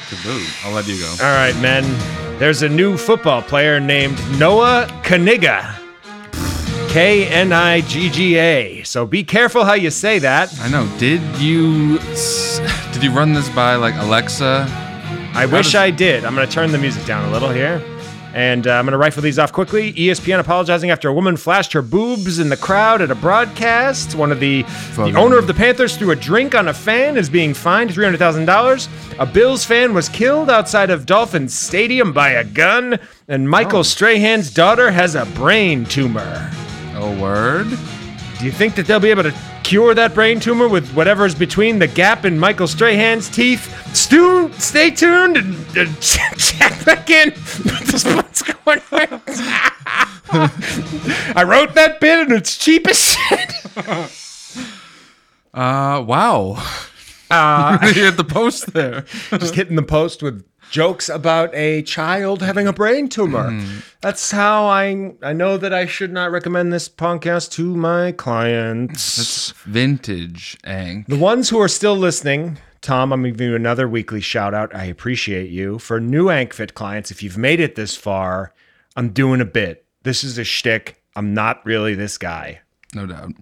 To boot. I'll let you go. All right, men. There's a new football player named Noah Kaniga. K N I G G A. So be careful how you say that. I know. Did you s- did you run this by like Alexa? I wish I did. I'm going to turn the music down a little here. And uh, I'm going to rifle these off quickly. E ESPN apologizing after a woman flashed her boobs in the crowd at a broadcast. One of the, the Fucking- owner of the Panthers threw a drink on a fan is being fined $300,000. A Bills fan was killed outside of Dolphins Stadium by a gun. And Michael Strahan's daughter has a brain tumor. Oh, word. Do you think that they'll be able to cure that brain tumor with whatever's between the gap in Michael Strahan's teeth? Stu, stay tuned and, and check back in with the sports corner. I wrote that bit and it's cheap as shit. Uh, wow. you hit the post there. just hitting the post with jokes about a child having a brain tumor. That's how I I know that I should not recommend this podcast to my clients. Vintage Ang. the ones who are still listening, Tom, I'm giving you another weekly shout out. I appreciate you. For new AnkFit clients, if you've made it this far, I'm doing a bit. This is a shtick. I'm not really this guy. No doubt.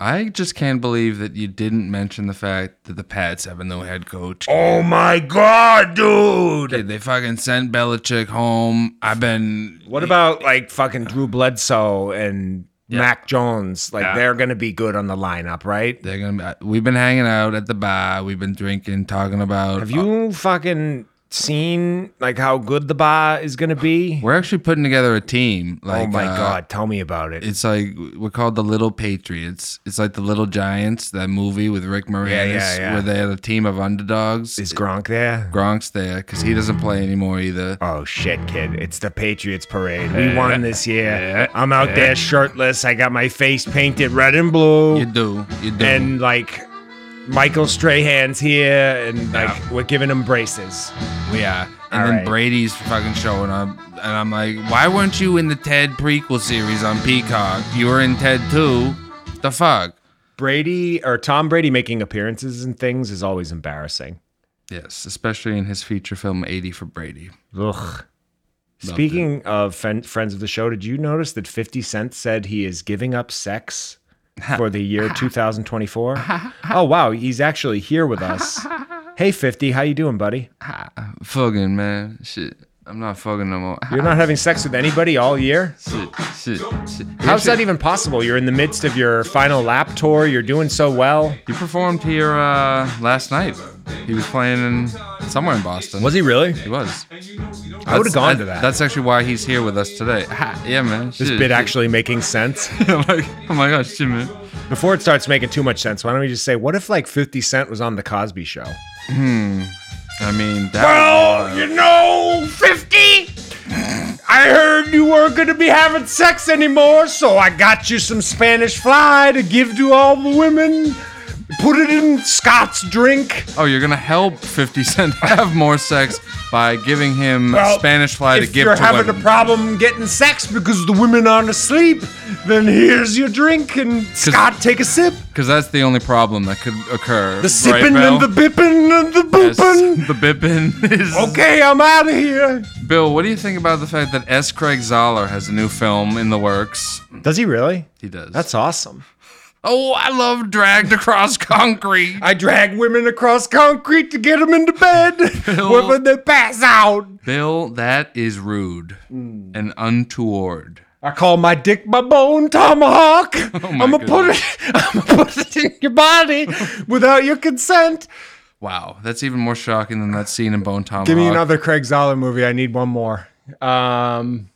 I just can't believe that you didn't mention the fact that the Pats have a no head coach. Oh my god, dude! They fucking sent Belichick home. I've been What about like fucking Drew Bledsoe and Mac Jones? Like Yeah. they're gonna be good on the lineup, right? They're gonna. Be, we've been hanging out at the bar. We've been drinking, talking about. Have you fucking seen like how good the bar is gonna be? we're actually putting together a team. Like, oh my uh, god, tell me about it. It's like we're called the Little Patriots. It's like the Little Giants, that movie with Rick Moranis, Yeah, yeah, yeah. where they had a team of underdogs. Is Gronk there? Gronk's there because he doesn't play anymore either. Oh shit, kid. It's the Patriots parade. We won this year. I'm out there shirtless. I got my face painted red and You blue. do, you do. And like Michael Strahan's here and like we're giving him braces. we are. And All then right. Brady's fucking showing up, and I'm like, why weren't you in the Ted prequel series on Peacock? You were in Ted too. The fuck. Brady or Tom Brady making appearances and things is always embarrassing. Yes, especially in his feature film 80 for Brady. Ugh. Speaking of fen- friends of the show, did you notice that 50 Cent said he is giving up sex for the year 2024? oh wow, he's actually here with us. Hey 50, how you doing, buddy? Fucking man, shit. I'm not fucking no more. Ah, You're not having sex with anybody all year? shit, shit, shit. How's that even possible? You're in the midst of your final lap tour, you're doing so well. He performed here uh, last night. He was playing in somewhere in Boston. he really? He was. I would have gone to that. That's actually why he's here with us today. Ha, yeah, man. this shit, bit shit. actually making sense. I'm like, oh my gosh, shit, man. Before it starts making too much sense, why don't we just say, what if like 50 Cent was on The Cosby Show? I mean, that Well, you know, 50, I heard you weren't going to be having sex anymore, so I got you some Spanish fly to give to all the women. Put it in Scott's drink. Oh, you're gonna help 50 Cent have more sex by giving him Well, Spanish fly to if give you're to having women. a problem getting sex because the women aren't asleep, then here's your drink and Scott, take a sip. Because that's the only problem that could occur. The sipping and the bipping and the booping. the bippin is Okay, I'm out of here. Bill, what do you think about the fact that S. Craig Zoller has a new film in the works? Does he really? He does. That's awesome. oh, I love dragged across concrete. I drag women across concrete to get them into bed Bill. when they pass out. Bill, that is rude Mm. and untoward. I call my dick my bone tomahawk. Oh my I'm gonna put it. I'm gonna put it in your body without your consent. Wow, that's even more shocking than that scene in Bone Tomahawk. Give me another Craig Zoller movie. I need one more. Um,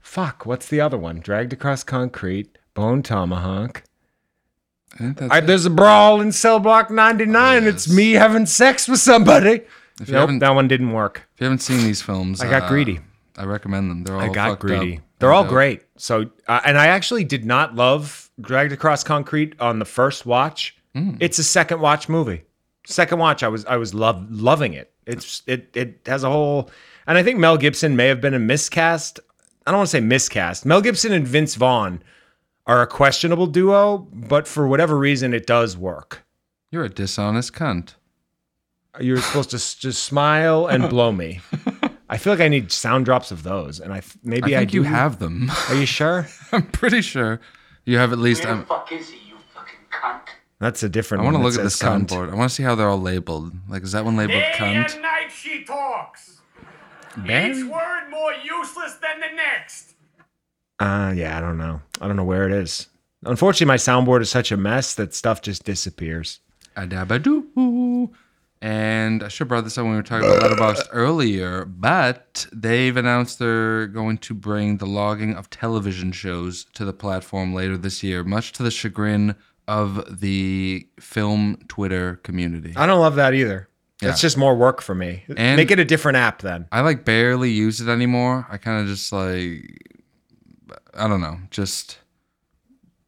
fuck. What's the other one? Dragged across concrete. Bone tomahawk. I think that's I, it. Oh, there's a brawl in cell block 99. It's me having sex with somebody. If you Nope, haven't- that one didn't work. If you haven't seen these films, I got uh, greedy. I recommend them. They're all I got fucked greedy. up. They're all Uh, great. So, uh, and I actually did not love Dragged Across Concrete on the first watch. Mm. It's a second watch movie. Second watch, I was I was love loving it. It's it it has a whole, and I think Mel Gibson may have been a miscast. I don't want to say miscast. Mel Gibson and Vince Vaughn are a questionable duo, but for whatever reason, it does work. You're a dishonest cunt. You're supposed to s- just smile and blow me. I feel like I need sound drops of those, and I th- I maybe think I, you do. have them. Are you sure? I'm pretty sure you have at least. Where the I'm, fuck is he, you fucking cunt? That's a different. I want to one that look at says this cunt cunt. board. I want to see how they're all labeled. Like, is that one labeled cunt? night she talks. word more useless than the next. Uh, yeah, I don't know. I don't know where it is. Unfortunately, my soundboard is such a mess that stuff just disappears. Adabadoo. And I should have brought this up when we were talking about Letterboxd earlier, but they've announced they're going to bring the logging of television shows to the platform later this year, much to the chagrin of the film Twitter community. I don't love that either. That's Yeah. just more work for me. And- Make it a different app then. I like barely use it anymore. I kind of just like I don't know, just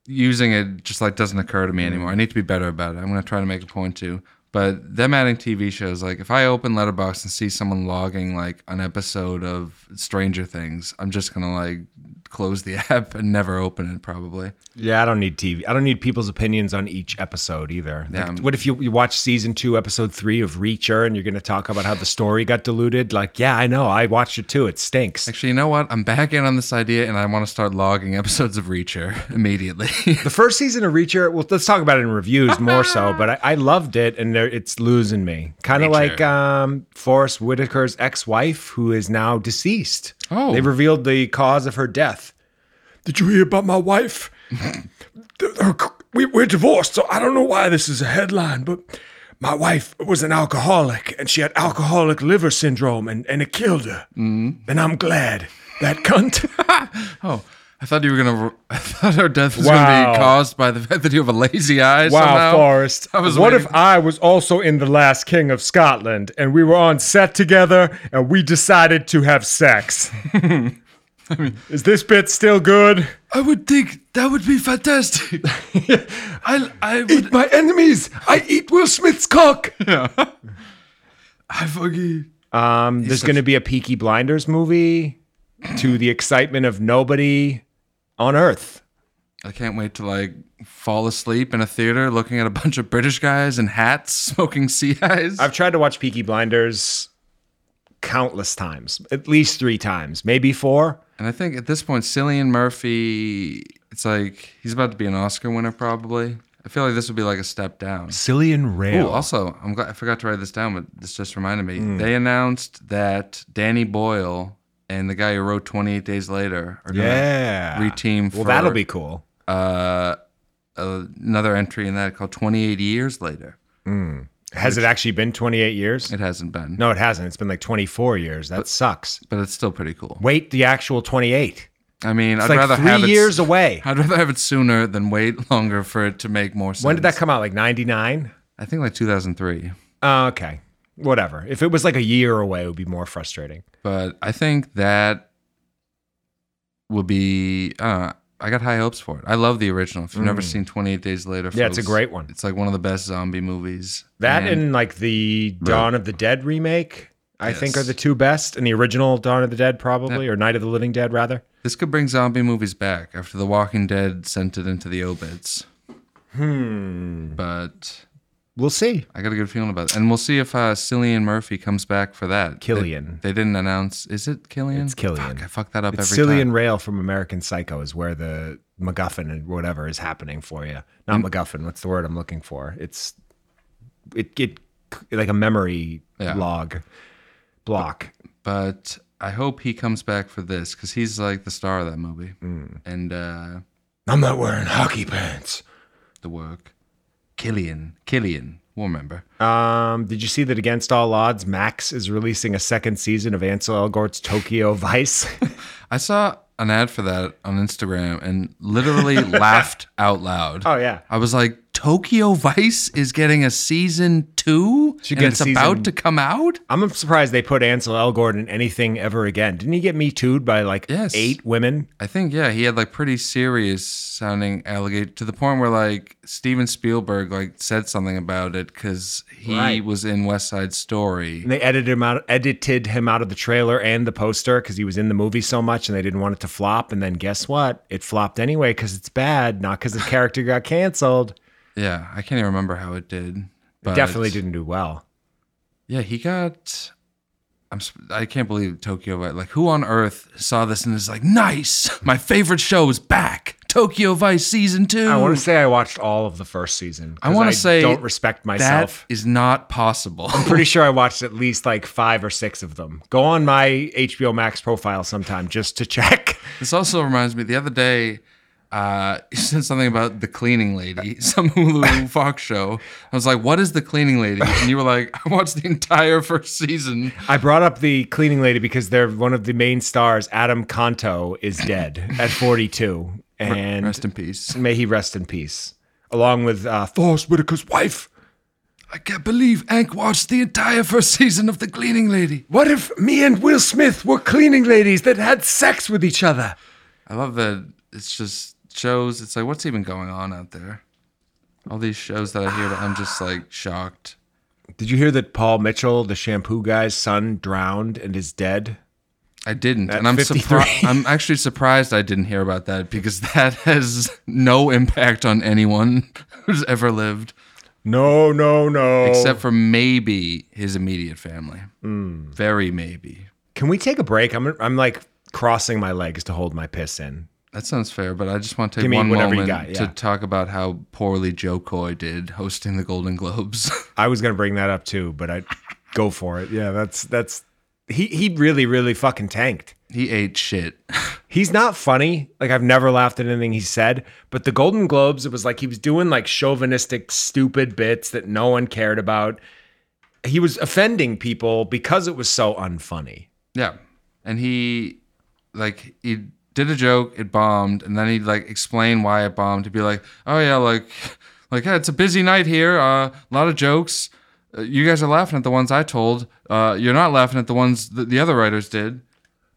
using it just like doesn't occur to me anymore. I need to be better about it. I'm gonna try to make a point to. But them adding TV shows, like if I open Letterbox and see someone logging like an episode of Stranger Things, I'm just gonna like close the app and never open it probably. Yeah, I don't need TV. I don't need people's opinions on each episode either. Like, Yeah, I'm- what if you, you watch season two, episode three of Reacher, and you're going to talk about how the story got diluted? Like, yeah, I know. I watched it too. It stinks. Actually, you know what? I'm back in on this idea and I want to start logging episodes of Reacher immediately. The first season of Reacher, well, let's talk about it in reviews more so, but I, I loved it, and there, it's losing me. Kind of Reacher. like um, Forrest Whitaker's ex-wife, who is now deceased. Oh. they revealed the cause of her death. Did you hear about my wife? we, we're divorced, so I don't know why this is a headline, but my wife was an alcoholic and she had alcoholic liver syndrome and, and it killed her. And I'm glad that cunt. oh. I thought you were gonna. I thought our death was gonna Wow. be caused by the fact that you have a lazy eye. wow, somehow. Forrest. I was what waiting- if I was also in The Last King of Scotland and we were on set together and we decided to have sex? is this bit still good? I would think that would be fantastic. I, I would. my enemies. I eat Will Smith's cock. I fucking. Um, there's going to be a Peaky Blinders movie to the excitement of nobody on Earth. I can't wait to like fall asleep in a theater looking at a bunch of British guys in hats smoking sea eyes. I've tried to watch Peaky Blinders countless times, at least three times, maybe four. and I think at this point, Cillian Murphy, it's like he's about to be an Oscar winner probably. I feel like this would be like a step down. Cillian Rail. Ooh, also, I'm glad I forgot to write this down, but this just reminded me. Mm. They announced that Danny Boyle and the guy who wrote 28 Days Later are gonna Yeah. reteam. Well, for, that'll be cool. uh, another entry in that called 28 Years Later. Has it actually been 28 years? It hasn't been, No, it hasn't. It's been like 24 years. That sucks. but it's still pretty cool. Wait, the actual 28. I mean, It's I'd like rather three have years it. s- away. I'd rather have it sooner than wait longer for it to make more sense. When did that come out? Like 99? I think like 2003. Uh, okay. Whatever. If it was like a year away, it would be more frustrating. But I think that will be. Uh, I got high hopes for it. I love the original. If you've never seen 28 Days Later, Mm. Yeah, it's a folks, great one. It's like one of the best zombie movies. That and, like the Dawn of the Dead remake, I think, are Yes. the two best. And the original Dawn of the Dead, probably, or Night of the Living Dead, rather. this could bring zombie movies back after The Walking Dead sent it into the obits. Hmm. But We'll see. I got a good feeling about it, and we'll see if uh, Cillian Murphy comes back for that. They- Killian. They, didn't announce. Is it Killian? It's Killian. Fuck, I fuck that up It's every Cillian time. Rail from American Psycho is where the MacGuffin and whatever is happening for you. Not MacGuffin. What's the word I'm looking for? It's it it like a memory Yeah. log block. But I hope he comes back for this because he's like the star of that movie Hmm. and uh, I'm not wearing hockey pants. the work. Killian. Killian. We'll remember. Um, did you see that against all odds, Max is releasing a second season of Ansel Elgort's Tokyo Vice? I saw an ad for that on Instagram and literally laughed out loud. oh yeah. I was like, Tokyo Vice is getting a season two, Should and get a it's about season- to come out. I'm surprised they put Ansel Elgort in anything ever again. Didn't he get me tooed by like Yes. eight women? I think yeah, he had like pretty serious sounding allegation to the point where like Steven Spielberg like said something about it because he Right. was in West Side Story. And they edited him out, edited him out of the trailer and the poster because he was in the movie so much, and they didn't want it to flop. And then guess what? It flopped anyway because it's bad, not because the character got canceled. Yeah, I can't even remember how it did. But Definitely didn't do well. Yeah, he got. I'm. sp- I can't believe Tokyo. Vice. Like, who on earth saw this and is like, nice, my favorite show is back. Tokyo Vice season two. I want to say I watched all of the first season. 'cause I wanna say don't respect myself. That is not possible. Pretty sure I watched at least like five or six of them. Go on my HBO Max profile sometime just to check. This also reminds me the other day, uh, you said something about the cleaning lady, some Hulu Fox show. I was like, what is the cleaning lady? And you were like, I watched the entire first season. I brought up the cleaning lady because they're one of the main stars. Adam Kanto is dead at 42, and Rest in peace. May he rest in peace. Along with uh, Forrest Whitaker's wife. I can't believe Ank watched the entire first season of The Cleaning Lady. What if me and Will Smith were cleaning ladies that had sex with each other? I love that it's just shows. It's like, what's even going on out there? All these shows that I hear, I'm just like shocked. Did you hear that Paul Mitchell, the shampoo guy's son, drowned and is dead? I didn't, At and I'm 53. surprised. I'm actually surprised I didn't hear about that because that has no impact on anyone who's ever lived, No, no, no. except for maybe his immediate family. Hmm. Very maybe. Can we take a break? I'm I'm like crossing my legs to hold my piss in. That sounds fair, but I just want to Give take me one whatever you moment got, to yeah. talk about how poorly Joe Coy did hosting the Golden Globes. I was gonna bring that up too, but I go for it. Yeah, that's that's he he really really fucking tanked. he ate shit. He's not funny. Like I've never laughed at anything he said, but the Golden Globes, it was like he was doing like chauvinistic, stupid bits that no one cared about. He was offending people because it was so unfunny. Yeah. And he like he did a joke, it bombed, and then he'd like explain why it bombed. He'd be like, "Oh yeah, like like yeah, it's a busy night here. Uh, a lot of jokes. Uh, you guys are laughing at the ones I told. Uh, you're not laughing at the ones that the other writers did."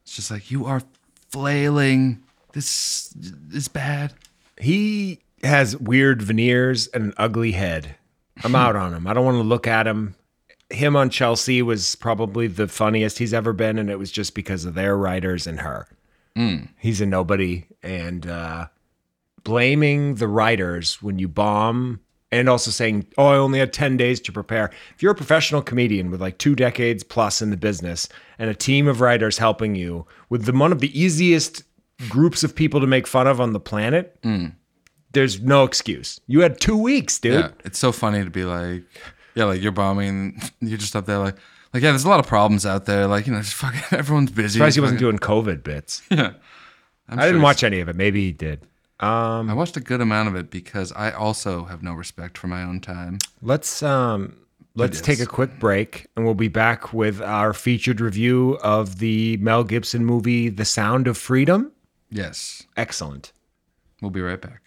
It's just like you are flailing. This is bad. He has weird veneers and an ugly head. I'm out on him. I don't want to look at him. Him on Chelsea was probably the funniest he's ever been, and it was just because of their writers and her. He's a nobody, and uh, blaming the writers when you bomb, and also saying, "Oh, I only had ten days to prepare." If you're a professional comedian with like two decades plus in the business, and a team of writers helping you with the one of the easiest groups of people to make fun of on the planet, there's no excuse. You had two weeks, dude. Yeah, it's so funny to be like, yeah, like you're bombing. You're just up there like, like yeah, there's a lot of problems out there. Like you know, just fucking everyone's busy. Surprised he wasn't Fucking- doing COVID bits. I'm I didn't sure watch any of it. Maybe he did. Um, I watched a good amount of it because I also have no respect for my own time. let's um, let's take a quick break, and we'll be back with our featured review of the Mel Gibson movie "The Sound of Freedom." Yes, Excellent. we'll be right back.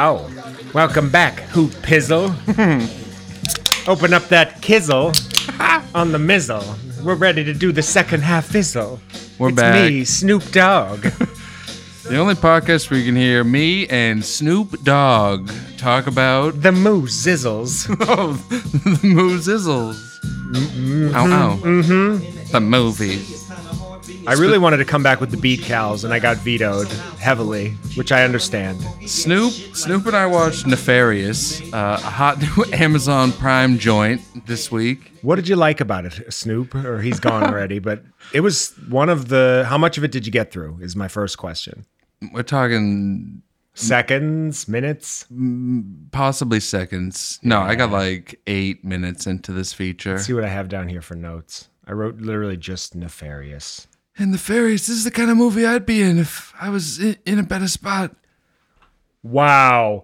Oh, welcome back, Hoot Pizzle. Open up that kizzle on the mizzle. We're ready to do the second half fizzle. We're it's back. me, Snoop Dogg. The only podcast where you can hear me and Snoop Dogg talk about the moo zizzles. oh, the Moo Zizzles. Ow, ow. Mm-hmm. The movie. I really wanted to come back with the beat cows, and I got vetoed heavily, which I understand. Snoop, Snoop, and I watched Nefarious, uh, a hot new Amazon Prime joint this week. What did you like about it, Snoop? Or he's gone already, but it was one of the. How much of it did you get through? Is my first question. We're talking Seconds, minutes. possibly seconds. No, I got like eight minutes into this feature. Let's see what I have down here for notes. I wrote literally just nefarious. And the fairies, this is the kind of movie I'd be in if I was in, in a better spot. Wow.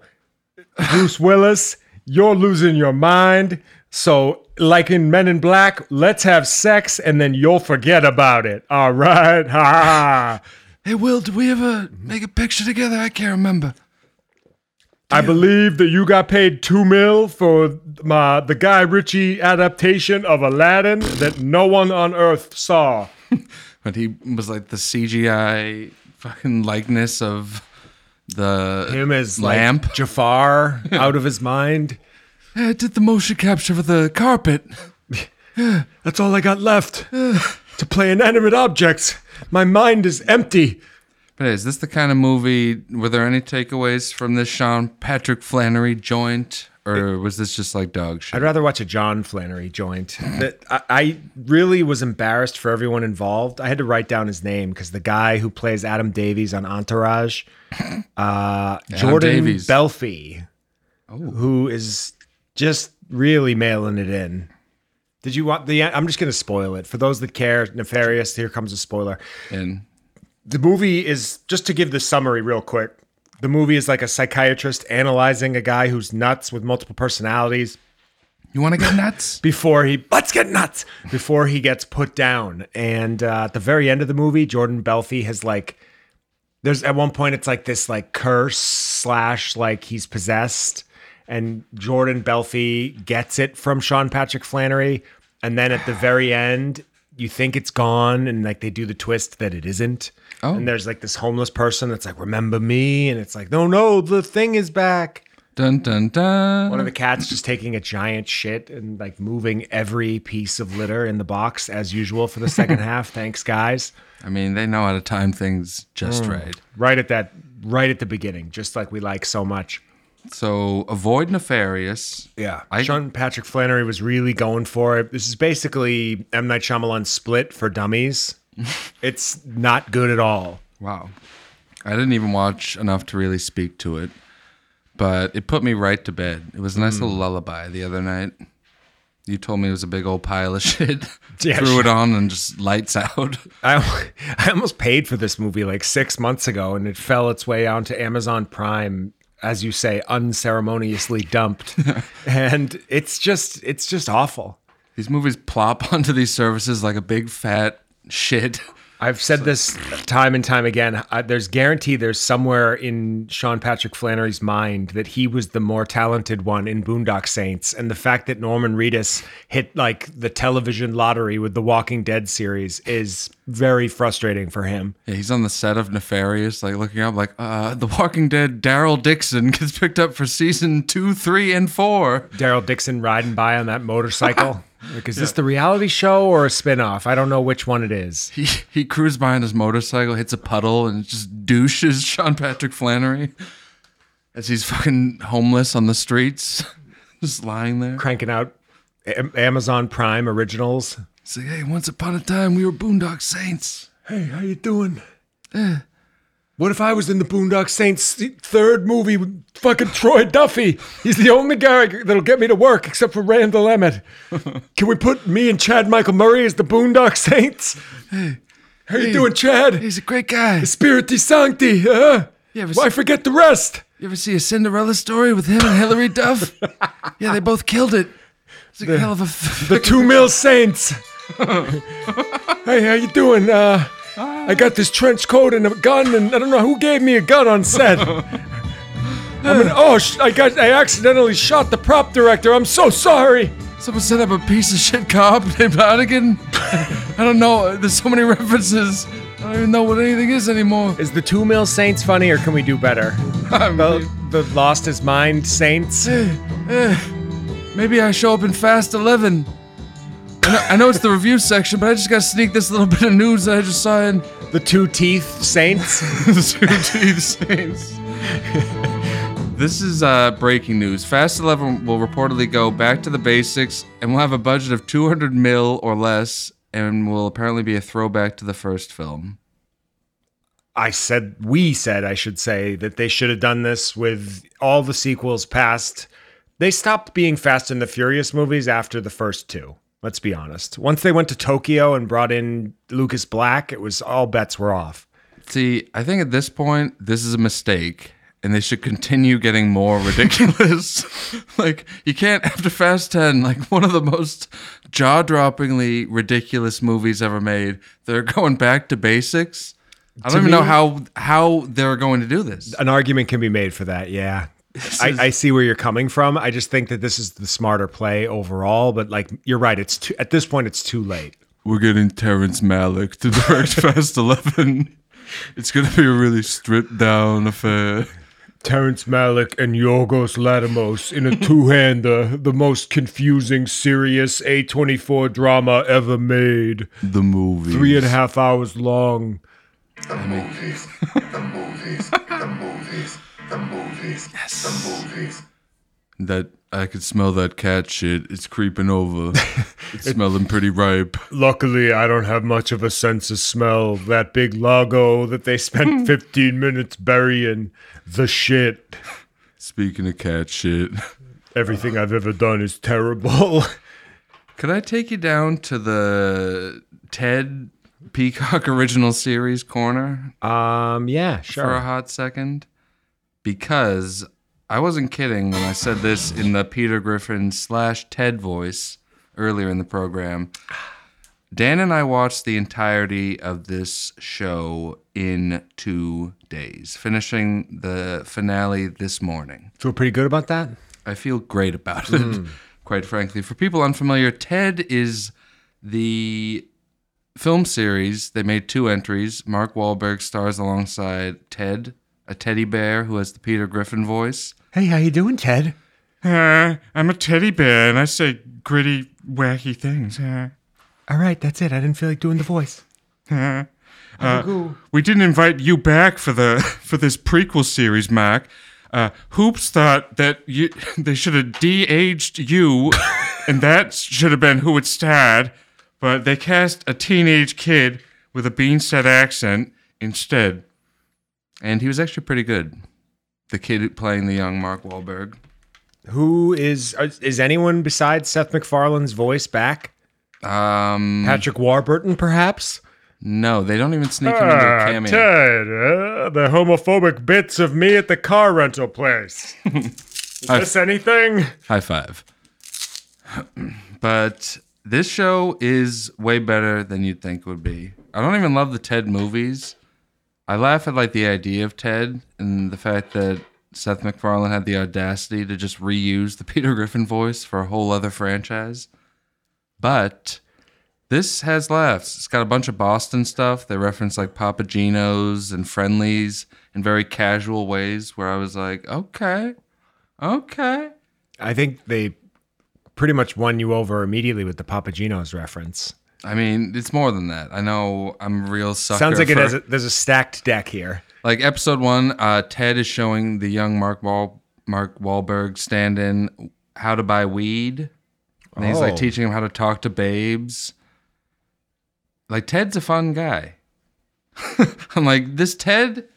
Bruce Willis, you're losing your mind. So, like in Men in Black, let's have sex and then you'll forget about it. All right. Ha. Hey, Will, did we ever make a picture together? I can't remember. I believe that you got paid two mil for my the Guy Ritchie adaptation of Aladdin that no one on earth saw. But he was like the CGI fucking likeness of the Him as lamp. like Jafar out of his mind. Hey, I did the motion capture for the carpet. That's all I got left to play inanimate objects. My mind is empty. But hey, is this the kind of movie? Were there any takeaways from this Sean Patrick Flannery joint, or was this just like dog shit? I'd rather watch a John Flannery joint. That I, I really was embarrassed for everyone involved. I had to write down his name because the guy who plays Adam Davies on Entourage, uh, Jordan Davies. Belfi, who is just really mailing it in. Did you want the? I'm just going to spoil it for those that care. Nefarious. Here comes a spoiler and the movie is just to give the summary real quick the movie is like a psychiatrist analyzing a guy who's nuts with multiple personalities you want to get nuts? before he let's get nuts before he gets put down and uh, at the very end of the movie jordan belfi has like there's at one point it's like this like curse slash like he's possessed and jordan belfi gets it from sean patrick flannery and then at the very end you think it's gone and like they do the twist that it isn't. Oh. And there's like this homeless person that's like, remember me? And it's like, no, no, the thing is back. Dun dun dun. One of the cats just taking a giant shit and like moving every piece of litter in the box as usual for the second half. Thanks, guys. I mean, they know how to time things Mm. just right. Right at that, right at the beginning, just like we like so much. So avoid nefarious. Yeah. I- Sean Patrick Flannery was really going for it. This is basically M. Night Shyamalan split for dummies. it's not good at all. Wow. I didn't even watch enough to really speak to it, but it put me right to bed. It was a Hmm. nice little lullaby the other night. You told me it was a big old pile of shit. Yeah, Threw it sure. on and just lights out. I, I almost paid for this movie like six months ago and it fell its way onto Amazon Prime, as you say, unceremoniously dumped. and it's just it's just awful. These movies plop onto these services like a big fat shit. I've said this time and time again. I, there's guarantee there's somewhere in Sean Patrick Flannery's mind that he was the more talented one in Boondock Saints, and the fact that Norman Reedus hit like the television lottery with the Walking Dead series is very frustrating for him. Yeah, he's on the set of Nefarious, like looking up, like, uh, The Walking Dead Daryl Dixon gets picked up for season two, three, and four. Daryl Dixon riding by on that motorcycle. Like, is this the reality show or a spinoff? I don't know which one it is. He, he cruised by on his motorcycle, hits a puddle, and just douches Sean Patrick Flannery as he's fucking homeless on the streets, just lying there. Cranking out Am- Amazon Prime originals. He's like, hey, once upon a time we were Boondock Saints. Hey, how you doing? Eh. What if I was in the Boondock Saints third movie with fucking Troy Duffy? He's the only guy that'll get me to work except for Randall Emmett. Can we put me and Chad Michael Murray as the Boondock Saints? How you doing, Chad? He's a great guy. Spiriti Sancti, huh? You ever, Why see, forget the rest? you ever see a Cinderella story with him and Hilary Duff? yeah, they both killed it. It's a hell of a. F- the two mil saints. hey, how you doing? Uh, I got this trench coat and a gun, and I don't know who gave me a gun on set. I'm an, oh, sh- I got I accidentally shot the prop director. I'm so sorry. Someone set up a piece of shit cop named Hannigan. I don't know. There's so many references. I don't even know what anything is anymore. Is the two mil saints funny, or can we do better? I mean- the lost his mind saints. Maybe I show up in Fast 11. I know, I know it's the review section, but I just gotta sneak this little bit of news that I just saw in The two teeth saints. Two Teeth Saints. this is uh, breaking news. Fast 11 will reportedly go back to the basics and will have a budget of 200 mil or less and will apparently be a throwback to the first film. I said, we said, I should say, that they should have done this with all the sequels past. They stopped being Fast and the Furious movies after the first two. Let's be honest. Once they went to Tokyo and brought in Lucas Black, it was all bets were off. See, I think at this point, this is a mistake, and they should continue getting more ridiculous. like, you can't, after Fast 10, like one of the most jaw droppingly ridiculous movies ever made, they're going back to basics. I don't even know me- how how they're going to do this. An argument can be made for that, yeah. I, I see where you're coming from. I just think that this is the smarter play overall, but like you're right, it's too, at this point it's too late. We're getting Terrence Malick to direct Fast 11. It's going to be a really stripped down affair. Terrence Malick and Yorgos Lanthimos in a two-hander, the most confusing, serious A24 drama ever made. The movie. Three and a half hours long. The movies, the movies, the movies, the movies, the movies. That I could smell that cat shit. It's creeping over. It's smelling pretty ripe. Luckily, I don't have much of a sense of smell. That big lago that they spent 15 minutes burying, the shit. Speaking of cat shit, Everything I've ever done is terrible. could I take you down to the Ted Peacock original series corner Um, yeah, for a sure. hot second? Because I wasn't kidding when I said this in the Peter Griffin slash Ted voice earlier in the program. Dan and I watched the entirety of this show in two days, finishing the finale this morning. Feel pretty good about that? I feel great Mm. about it, quite frankly. For people unfamiliar, Ted is the film series, they made two entries. Mark Wahlberg stars alongside Ted, a teddy bear who has the Peter Griffin voice. Hey, how you doing, Ted? I'm a teddy bear and I say gritty, wacky things. All right, that's it. I didn't feel like doing the voice. we didn't invite you back for the for this prequel series, Mark. Uh, Hoops thought that you they should have de-aged you, and that should have been who it starred, but they cast a teenage kid with a beanset accent instead, and he was actually pretty good. The kid playing the young Mark Wahlberg. Who is is anyone besides Seth MacFarlane's voice back? Um, Patrick Warburton, perhaps. no, they don't even sneak him into a cameo. Ted, uh, the homophobic bits of me at the car rental place. Is this anything? High five. but this show is way better than you'd think it would be. I don't even love the Ted movies. I laugh at like the idea of Ted and the fact that Seth MacFarlane had the audacity to just reuse the Peter Griffin voice for a whole other franchise. But this has laughs. It's got a bunch of Boston stuff. They reference like Papa Gino's and Friendlies in very casual ways where I was like, okay, okay. I think they pretty much won you over immediately with the Papagenos reference. I mean, it's more than that. I know I'm a real sucker. Sounds like it for- has a, there's a stacked deck here. like episode one. Uh, Ted is showing the young Mark Wall Mark Wahlberg stand-in how to buy weed, and he's like Oh. teaching him how to talk to babes. Like Ted's a fun guy. I'm like this Ted.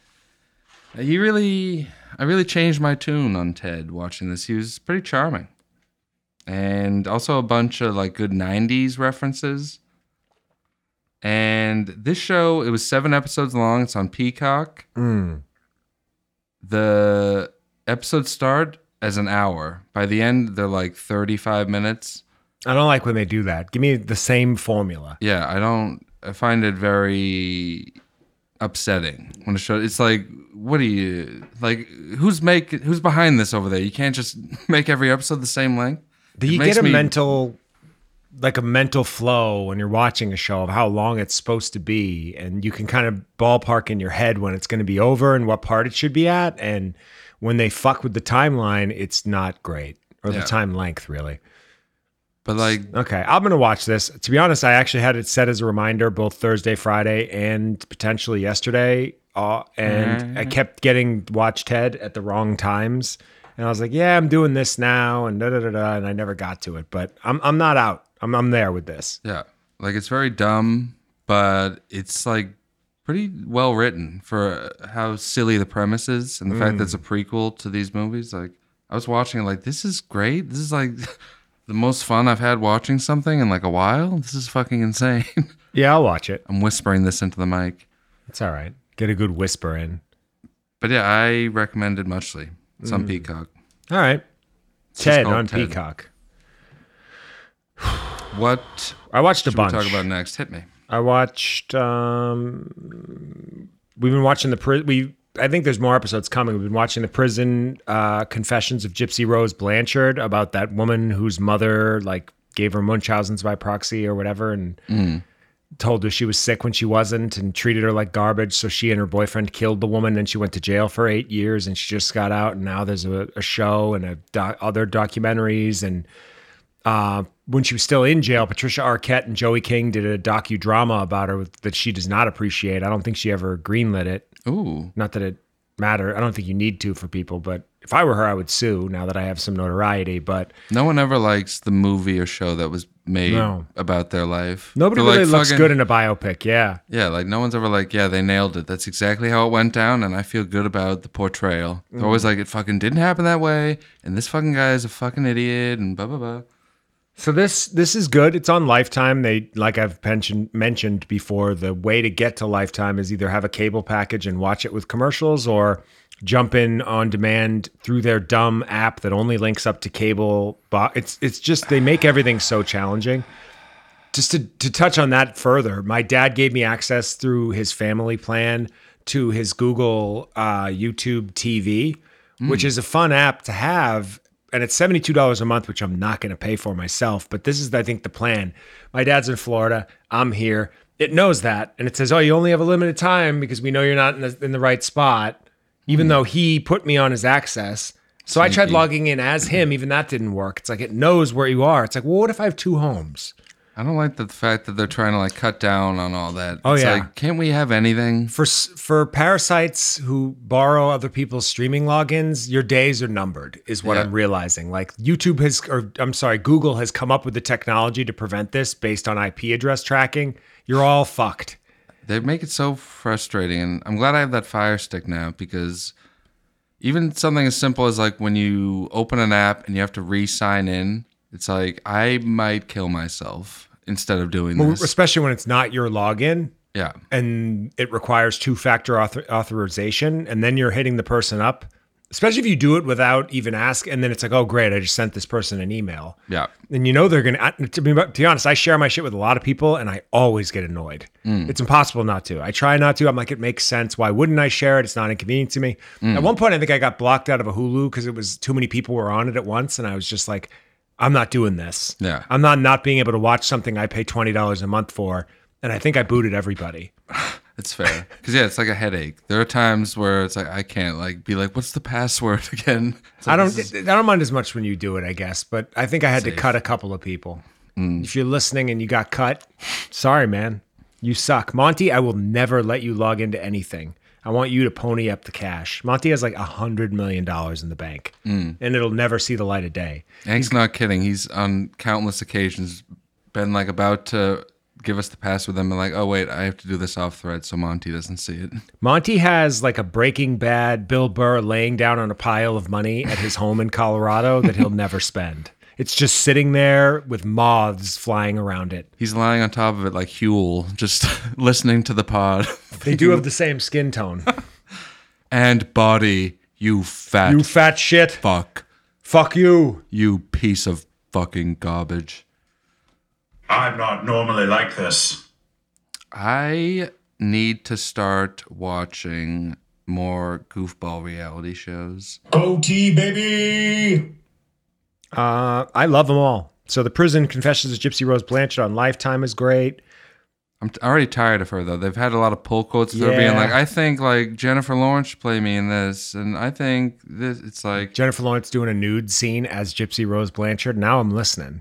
He really, I really changed my tune on Ted watching this. He was pretty charming, and also a bunch of like good '90s references. And this show, it was seven episodes long. It's on Peacock. The episodes start as an hour. By the end, they're like 35 minutes. I don't like when they do that. Give me the same formula. Yeah, I don't, I find it very upsetting when a show, it's like, what are you, like, who's make, who's behind this over there? You can't just make every episode the same length. Do It you makes get a me- mental, like a mental flow when you're watching a show of how long it's supposed to be, and you can kind of ballpark in your head when it's going to be over and what part it should be at, and when they fuck with the timeline, it's not great or Yeah. the time length really. But like, Okay, I'm gonna watch this. To be honest, I actually had it set as a reminder both Thursday, Friday, and potentially yesterday. Uh, and I kept getting watch Ted at the wrong times, and I was like, "Yeah, I'm doing this now," and da da da da, and I never got to it. But I'm I'm not out. I'm I'm there with this. yeah, like it's very dumb, but it's like pretty well written for how silly the premise is and the fact that it's a Mm. prequel to these movies. Like, I was watching it, like, this is great. This is like the most fun I've had watching something in like a while. This is fucking insane. Yeah, I'll watch it. I'm whispering this into the mic. It's all right. Get a good whisper in. But yeah, I recommended muchly. It's Mm. on Peacock. All right, It's just Ted called on Ted. Peacock. What I watched a should bunch. we talk about next? Hit me. I watched. Um, we've been watching the pri- we. I think there's more episodes coming. We've been watching the prison uh, confessions of Gypsy Rose Blanchard about that woman whose mother like gave her Munchausen's by proxy or whatever, and told her she was sick when she wasn't, and treated her like garbage. So she and her boyfriend killed the woman, and she went to jail for eight years, and she just got out. And now there's a, a show and a doc- other documentaries and uh, when she was still in jail, Patricia Arquette and Joey King did a docudrama about her that she does not appreciate. I don't think she ever greenlit it. Ooh. Not that it mattered. I don't think you need to for people, but if I were her, I would sue now that I have some notoriety. But No one ever likes the movie or show that was made No. about their life. nobody They're, like, really looks fucking- good in a biopic. Yeah. Yeah, like no one's ever like, yeah, they nailed it. That's exactly how it went down, and I feel good about the portrayal. They're always Mm-hmm. like, it fucking didn't happen that way, and this fucking guy is a fucking idiot, and blah blah blah. So this this is good. It's on Lifetime. They like I've mentioned mentioned before. The way to get to Lifetime is either have a cable package and watch it with commercials, or jump in on demand through their dumb app that only links up to cable. Bo- it's it's just they make everything so challenging. Just to to touch on that further, my dad gave me access through his family plan to his Google uh, YouTube TV, which is a fun app to have and it's $72 a month, which I'm not going to pay for myself. But this is, I think, the plan. My dad's in Florida. I'm here. It knows that. And it says, oh, you only have a limited time because we know you're not in the, in the right spot, even though he put me on his access. So I tried logging in as him. Even that didn't work. It's like it knows where you are. It's like, well, what if I have two homes? I don't like the fact that they're trying to like cut down on all that. Oh, it's yeah. like, can't we have anything? For s- for parasites who borrow other people's streaming logins, your days are numbered. Is what Yeah. I'm realizing. Like YouTube has, or I'm sorry, Google has come up with the technology to prevent this based on IP address tracking. You're all fucked. They make it so frustrating, and I'm glad I have that Fire Stick now because even something as simple as like when you open an app and you have to re-sign in, it's like I might kill myself instead of doing Well, this. especially when it's not your login. yeah, and it requires two factor author- authorization and then you're hitting the person up especially if you do it without even ask and then it's like oh great i just sent this person an email yeah. and you know they're gonna I- to be, to be honest i share my shit with a lot of people and i always get annoyed it's impossible not to i try not to i'm like it makes sense why wouldn't i share it it's not inconvenient to me at one point i think i got blocked out of a hulu because it was too many people were on it at once and i was just like i'm not doing this Yeah. i'm not not being able to watch something i pay $20 a month for and i think i booted everybody It's fair. Because, yeah, it's like a headache. There are times where it's like, I can't, like, be like, what's the password again? It's like, I don't. this is- I don't mind as much when you do it, I guess. But I think I had to cut a couple of people. Mm. If you're listening and you got cut, sorry, man, you suck, Monty. I will never let you log into anything. I want you to pony up the cash. Monty has like a hundred million dollars in the bank, Mm. and it'll never see the light of day. Hank's not kidding. He's on countless occasions been, like, about to give us the password and been like, oh, wait, I have to do this off thread so Monty doesn't see it. Monty has like a Breaking Bad Bill Burr laying down on a pile of money at his home in Colorado that he'll never spend. It's just sitting there with moths flying around it. He's lying on top of it like Huel, just listening to the pod. They do have the same skin tone. and body, you fat You fat shit. fuck. Fuck you. You piece of fucking garbage. I'm not normally like this. I need to start watching more goofball reality shows. OT, baby! Uh, I love them all. So the prison confessions of Gypsy Rose Blanchard on Lifetime is great. I'm t- already tired of her though. They've had a lot of pull quotes. that are being Yeah. like, I think like Jennifer Lawrence should play me in this, and I think this. It's like Jennifer Lawrence doing a nude scene as Gypsy Rose Blanchard. Now I'm listening.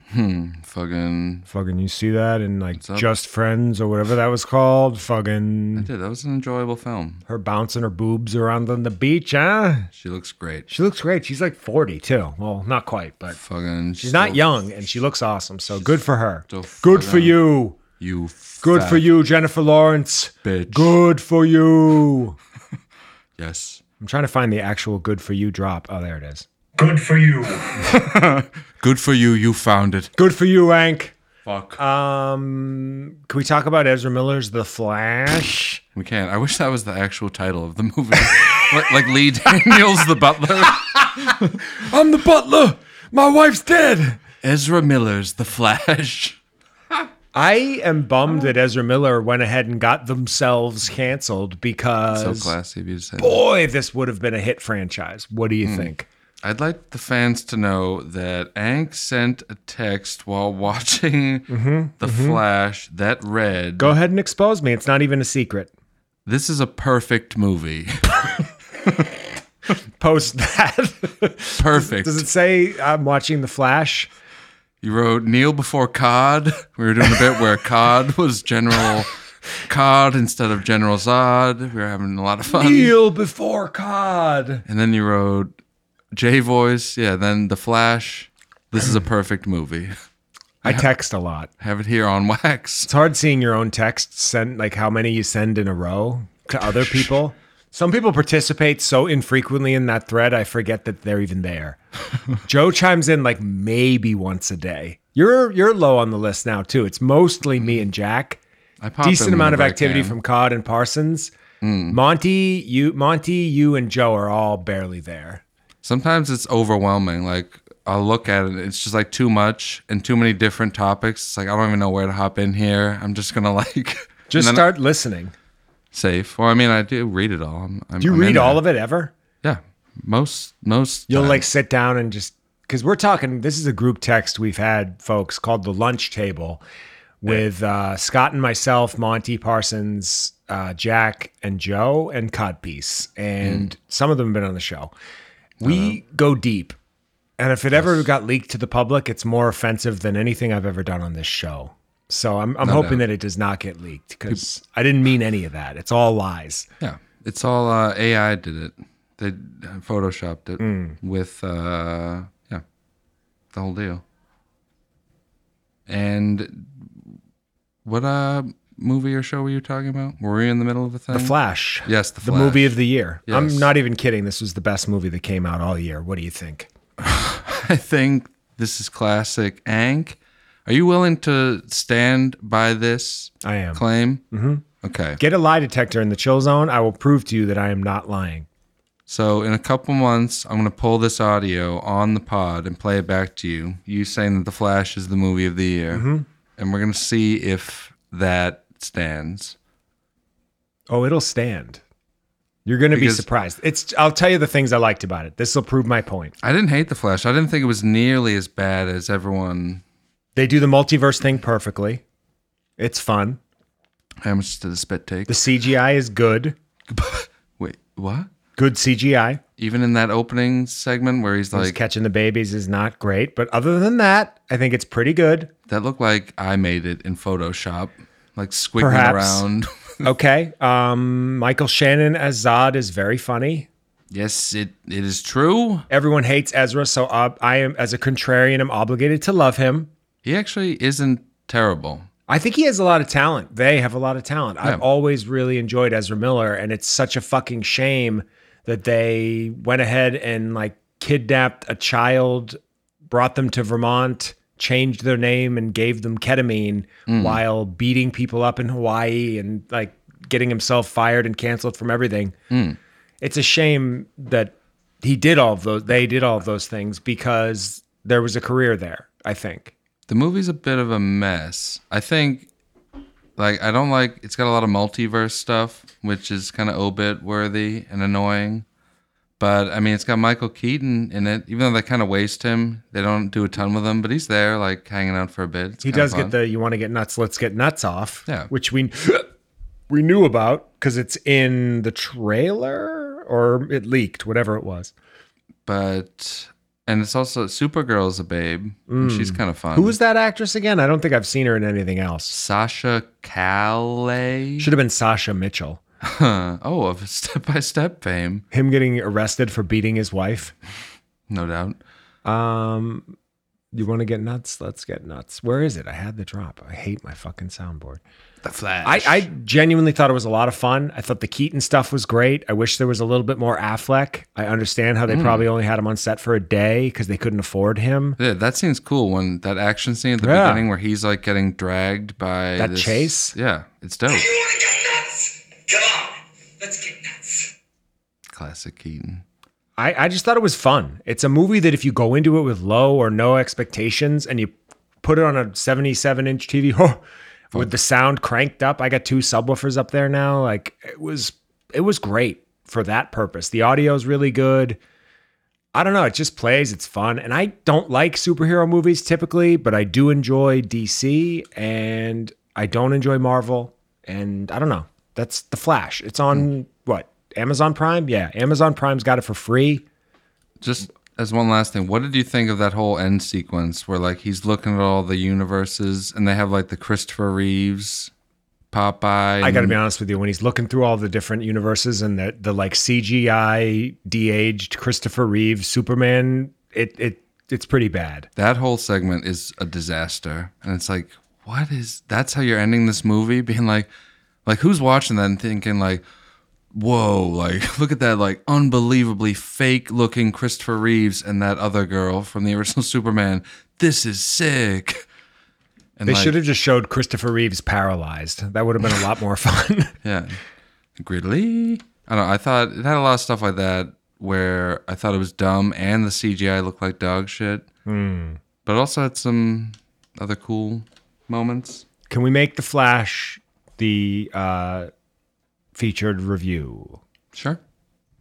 fucking. Fucking, you see that in like up? Just Friends or whatever that was called. Fucking, Dude, that was an enjoyable film. her bouncing her boobs around on the beach, huh? She looks great. She looks great. She's like 40 too. Well, not quite, but Fucking. she's not young and she looks awesome. So good for her. still Good for fucking- you. You. Good fat for you, Jennifer Lawrence. bitch. Good for you. Yes. I'm trying to find the actual good for you drop. Oh, there it is. Good for you. Good for you. You found it. Good for you, Ank. Fuck. Uh, Um, can we talk about Ezra Miller's The Flash? we can't. I wish that was the actual title of the movie. like, like Lee Daniels, the butler. I'm the butler. My wife's dead. Ezra Miller's The Flash. I am bummed that Ezra Miller went ahead and got themselves canceled So because classy of you to say. that. boy, this would have been a hit franchise. What do you think? I'd like the fans to know that Ank sent a text while watching The Flash that read, Mm-hmm, Go ahead and expose me. It's not even a secret. This is a perfect movie. Post that. Perfect. Does it say I'm watching The Flash? you wrote Neil before Cod. We were doing a bit where Cod was General Cod instead of General Zod. We were having a lot of fun. Deal before COD. And then you wrote J Voice. Yeah, then The Flash. This is a perfect movie. I text a lot. Have it here on wax. It's hard seeing your own texts sent, like how many you send in a row to other people. Some people participate so infrequently in that thread, I forget that they're even there. Joe chimes in like maybe once a day. You're you're low on the list now too. It's mostly me and Jack. I pop Decent in amount of whenever I activity can. from Cod and Parsons. Mm. Monty, you Monty, you and Joe are all barely there. sometimes it's overwhelming. Like I'll look at it, it's just like too much and too many different topics. It's like I don't even know where to hop in here. I'm just gonna like and Just then- start listening. safe. Well, I mean, I do read it all. I'm, Do you read all of it ever? Yeah, most most. You'll like sit down and just because we're talking. This is a group text we've had, folks, called the lunch table, with uh, Scott and myself, Monty Parsons, uh, Jack and Joe, and Codpiece, and some of them have been on the show. We go deep, and if it ever got leaked to the public, it's more offensive than anything I've ever done on this show. So I'm, I'm hoping that it does not get leaked because I didn't mean any of that. It's all lies. Yeah, it's all uh, AI did it. They uh, photoshopped it with uh, yeah, the whole deal. And what uh movie or show were you talking about? Were we in the middle of a thing? The Flash. Yes, The the movie Flash. of the year. Yes. I'm not even kidding. This was the best movie that came out all year. What do you think? I think this is classic Ank. Are you willing to stand by this I am. claim? Mm-hmm. Okay. Get a lie detector in the chill zone. I will prove to you that I am not lying. So in a couple months, I'm gonna pull this audio on the pod and play it back to you. You saying that The Flash is the movie of the year, Mm-hmm. and we're gonna see if that stands. Oh, it'll stand. You're going to be Because- surprised. It's. I'll tell you the things I liked about it. This will prove my point. I didn't hate The Flash. I didn't think it was nearly as bad as everyone. They do the multiverse thing perfectly. It's fun. How much did the spit take? The CGI is good. Wait, what? Good CGI. Even in that opening segment where he's Just like, catching the babies is not great, but other than that, I think it's pretty good. "That looked like I made it in Photoshop," like squiggling Perhaps. around. Okay. Um, Michael Shannon as Zod is very funny. yes, it it is true. Everyone hates Ezra, so ob- I am, as a contrarian, I'm obligated to love him. He actually isn't terrible. I think he has a lot of talent. They have a lot of talent. I've Yeah. always really enjoyed Ezra Miller, and it's such a fucking shame that they went ahead and like kidnapped a child, brought them to Vermont, changed their name, and gave them ketamine while beating people up in Hawaii and like getting himself fired and canceled from everything. It's a shame that he did all of those, they did all of those things because there was a career there, I think. The movie's a bit of a mess. I think, like, I don't like. It's got a lot of multiverse stuff, which is kind of obit worthy and annoying. But I mean, it's got Michael Keaton in it. Even though they kind of waste him, they don't do a ton with him. But he's there, like hanging out for a bit. It's He kinda does fun. get the "you want to get nuts, let's get nuts" off, Uh-huh. Yeah. which we we knew about because it's in the trailer or it leaked, whatever it was. But and it's also Supergirl's a babe. And Hmm. she's kind of fun. Who was that actress again? I don't think I've seen her in anything else. Sasha Calais? Should have been Sasha Mitchell. oh, of Step by Step fame, Him getting arrested for beating his wife. no doubt. Um, you want to get nuts? Let's get nuts. Where is it? I had the drop. I hate my fucking soundboard. The Flash. I, I genuinely thought it was a lot of fun. I thought the Keaton stuff was great. I wish there was a little bit more Affleck. I understand how they probably only had him on set for a day because they couldn't afford him. Yeah, that scene's cool. When that action scene at the Yeah. beginning where he's like getting dragged by That this- chase? Yeah, it's dope. You want to get nuts? Come on, let's get nuts. Classic Keaton. I, I just thought it was fun. It's a movie that if you go into it with low or no expectations and you put it on a 77 inch TV with the sound cranked up, I got two subwoofers up there now. Like it was, it was great for that purpose. The audio is really good. I don't know. It just plays. It's fun. And I don't like superhero movies typically, but I do enjoy DC and I don't enjoy Marvel. And I don't know. That's The Flash. It's on what? Amazon Prime? Yeah. Amazon Prime's got it for free. Just as one last thing, what did you think of that whole end sequence where like he's looking at all the universes and they have like the Christopher Reeves, Popeye? I got to and- be honest with you. When he's looking through all the different universes and the, the like CGI de aged Christopher Reeve Superman, it, it, it's pretty bad. That whole segment is a disaster. And it's like, what is that's how you're ending this movie? Being like, like who's watching that and thinking like, whoa, like look at that like unbelievably fake looking Christopher Reeves and that other girl from the original Superman. This is sick. And They like, should have just showed Christopher Reeves paralyzed. That would have been a lot more fun. Yeah. Gridley. I don't know. I thought it had a lot of stuff like that where I thought it was dumb and the CGI looked like dog shit. But it also had some other cool moments. Can we make the Flash the uh, featured review? Sure.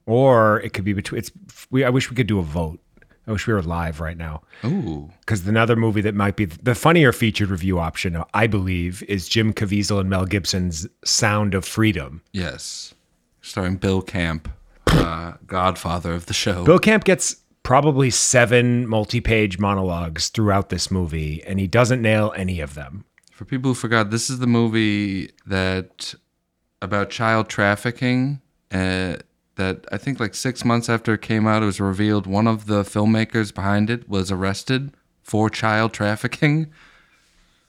Or it could be between. It's we. I wish we could do a vote. I wish we were live right now. Ooh. Because another movie that might be the funnier featured review option, I believe, is Jim Caviezel and Mel Gibson's Sound of Freedom. Yes. Starring Bill Camp, uh, godfather of the show. Bill Camp gets probably seven multi page monologues throughout this movie, and he doesn't nail any of them. For people who forgot, this is the movie that about child trafficking. Uh, that I think like six months after it came out, it was revealed one of the filmmakers behind it was arrested for child trafficking.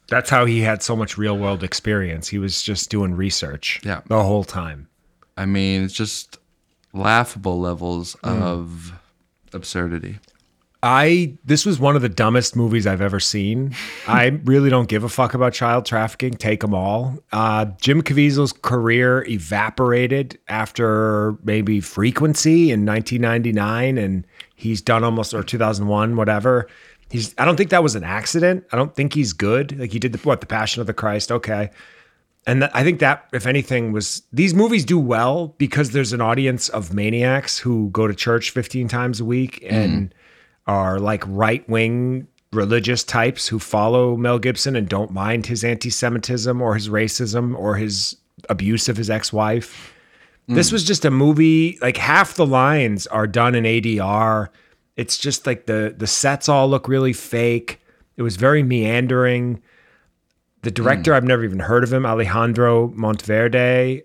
That's how he had so much real world experience. He was just doing research Yeah. the whole time. I mean, it's just laughable levels of absurdity. I this was one of the dumbest movies I've ever seen. I really don't give a fuck about child trafficking. Take them all. Uh, Jim Caviezel's career evaporated after maybe Frequency in 1999, and he's done almost or 2001, whatever. He's I don't think that was an accident. I don't think he's good. Like he did the what the Passion of the Christ. Okay, and th- I think that, if anything, was these movies do well because there's an audience of maniacs who go to church 15 times a week and are like right wing religious types who follow Mel Gibson and don't mind his anti Semitism or his racism or his abuse of his ex wife. This was just a movie, like half the lines are done in ADR. It's just like the the sets all look really fake. It was very meandering the director i've never even heard of him alejandro monteverde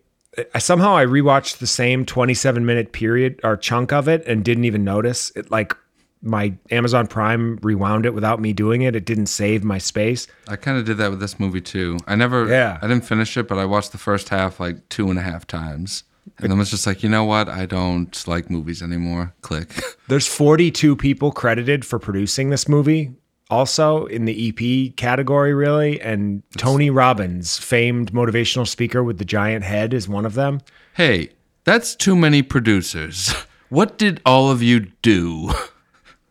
I, somehow i rewatched the same 27 minute period or chunk of it and didn't even notice it like my amazon prime rewound it without me doing it it didn't save my space I kind of did that with this movie too. I never, Yeah. I didn't finish it, but I watched the first half like two and a half times. And then was just like, you know what? I don't like movies anymore. Click. there's 42 people credited for producing this movie also in the ep category really and tony robbins famed motivational speaker with the giant head is one of them hey, that's too many producers. What did all of you do?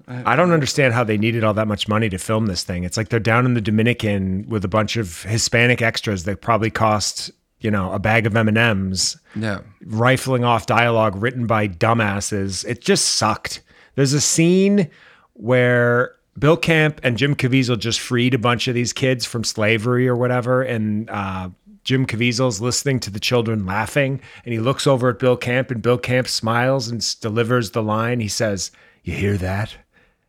I don't understand how they needed all that much money to film this thing. It's like they're down in the Dominican with a bunch of Hispanic extras that probably cost, you know, a bag of M&Ms, Yeah. rifling off dialogue written by dumbasses. It just sucked. There's a scene where Bill Camp and Jim Caviezel just freed a bunch of these kids from slavery or whatever and uh Jim Caviezel's listening to the children laughing, and he looks over at Bill Camp, and Bill Camp smiles and s- delivers the line. He says, "You hear that?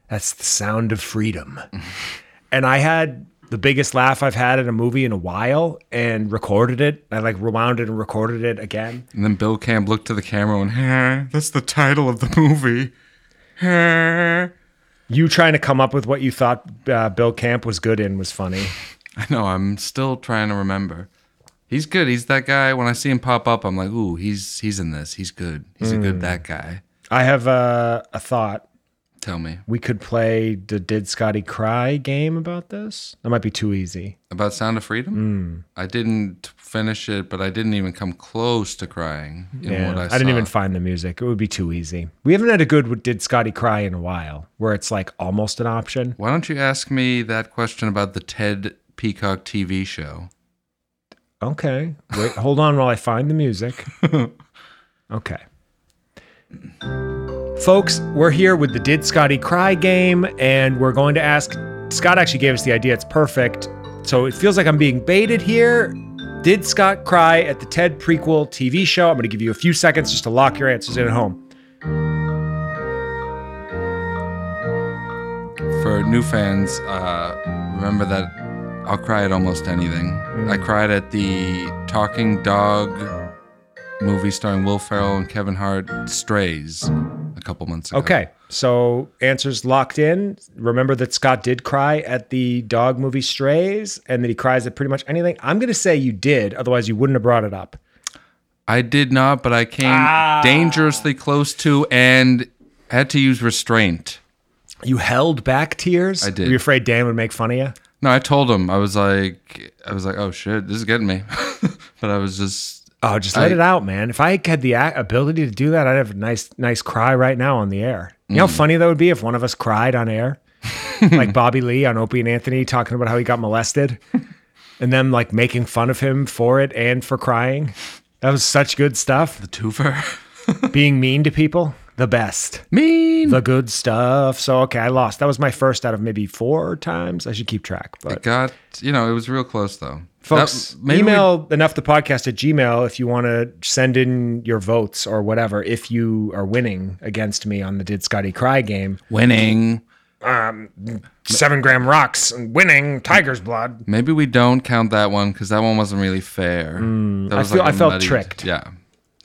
That's the sound of freedom. and I had the biggest laugh I've had in a movie in a while and recorded it. I like rewound it and recorded it again. And then Bill Camp looked to the camera and, huh, that's the title of the movie. Huh. You trying to come up with what you thought uh, Bill Camp was good in was funny. I know, I'm still trying to remember. He's good. He's that guy. When I see him pop up, I'm like, ooh, he's he's in this. He's good. He's Hmm. a good that guy. I have uh, a thought. Tell me We could play the Did Scotty Cry game about this. That might be too easy. about Sound of Freedom. Hmm. I didn't finish it, but I didn't even come close to crying in Yeah, what I, I, didn't saw. even find the music. It would be too easy. We haven't had a good Did Scotty Cry in a while where it's like almost an option. Why don't you ask me that question about the Ted Peacock TV show? Okay. Wait, hold on while I find the music. Okay. Folks, we're here with the Did Scotty Cry game, and we're going to ask. Scott actually gave us the idea. It's perfect. So it feels like I'm being baited here. Did Scott cry at the Ted prequel TV show? I'm going to give you a few seconds just to lock your answers in at home. For new fans, uh, remember that I'll cry at almost anything. I cried at the Talking Dog movie starring Will Ferrell and Kevin Hart, Strays, a couple months ago. Okay. So answers locked in. Remember that Scott did cry at the dog movie Strays and that he cries at pretty much anything. I'm going to say you did, otherwise, you wouldn't have brought it up. I did not, but I came dangerously close to and had to use restraint. You held back tears. I did. Were you afraid Dan would make fun of you? No, I told him. I was like, I was like, oh shit, this is getting me. but I was just, Oh, just let I- it out, man. If I had the a- ability to do that, I'd have a nice, nice cry right now on the air. You know how funny that would be if one of us cried on air, like Bobby Lee on Opie and Anthony talking about how he got molested, and them like making fun of him for it and for crying. That was such good stuff. the twofer. Being mean to people. the best, Hmm. Mean. the good stuff. So okay, I lost. That was my first out of maybe four times. I should keep track. But It got, you know, it was real close though. folks That- maybe email enough the podcast at gmail if you want to send in your votes or whatever if you are winning against me on the did scotty cry game we- winning. seven gram rocks and winning tiger's blood Maybe we don't count that one because that one wasn't really fair. That Hmm, I was feel- like a I felt muddied- tricked. Yeah.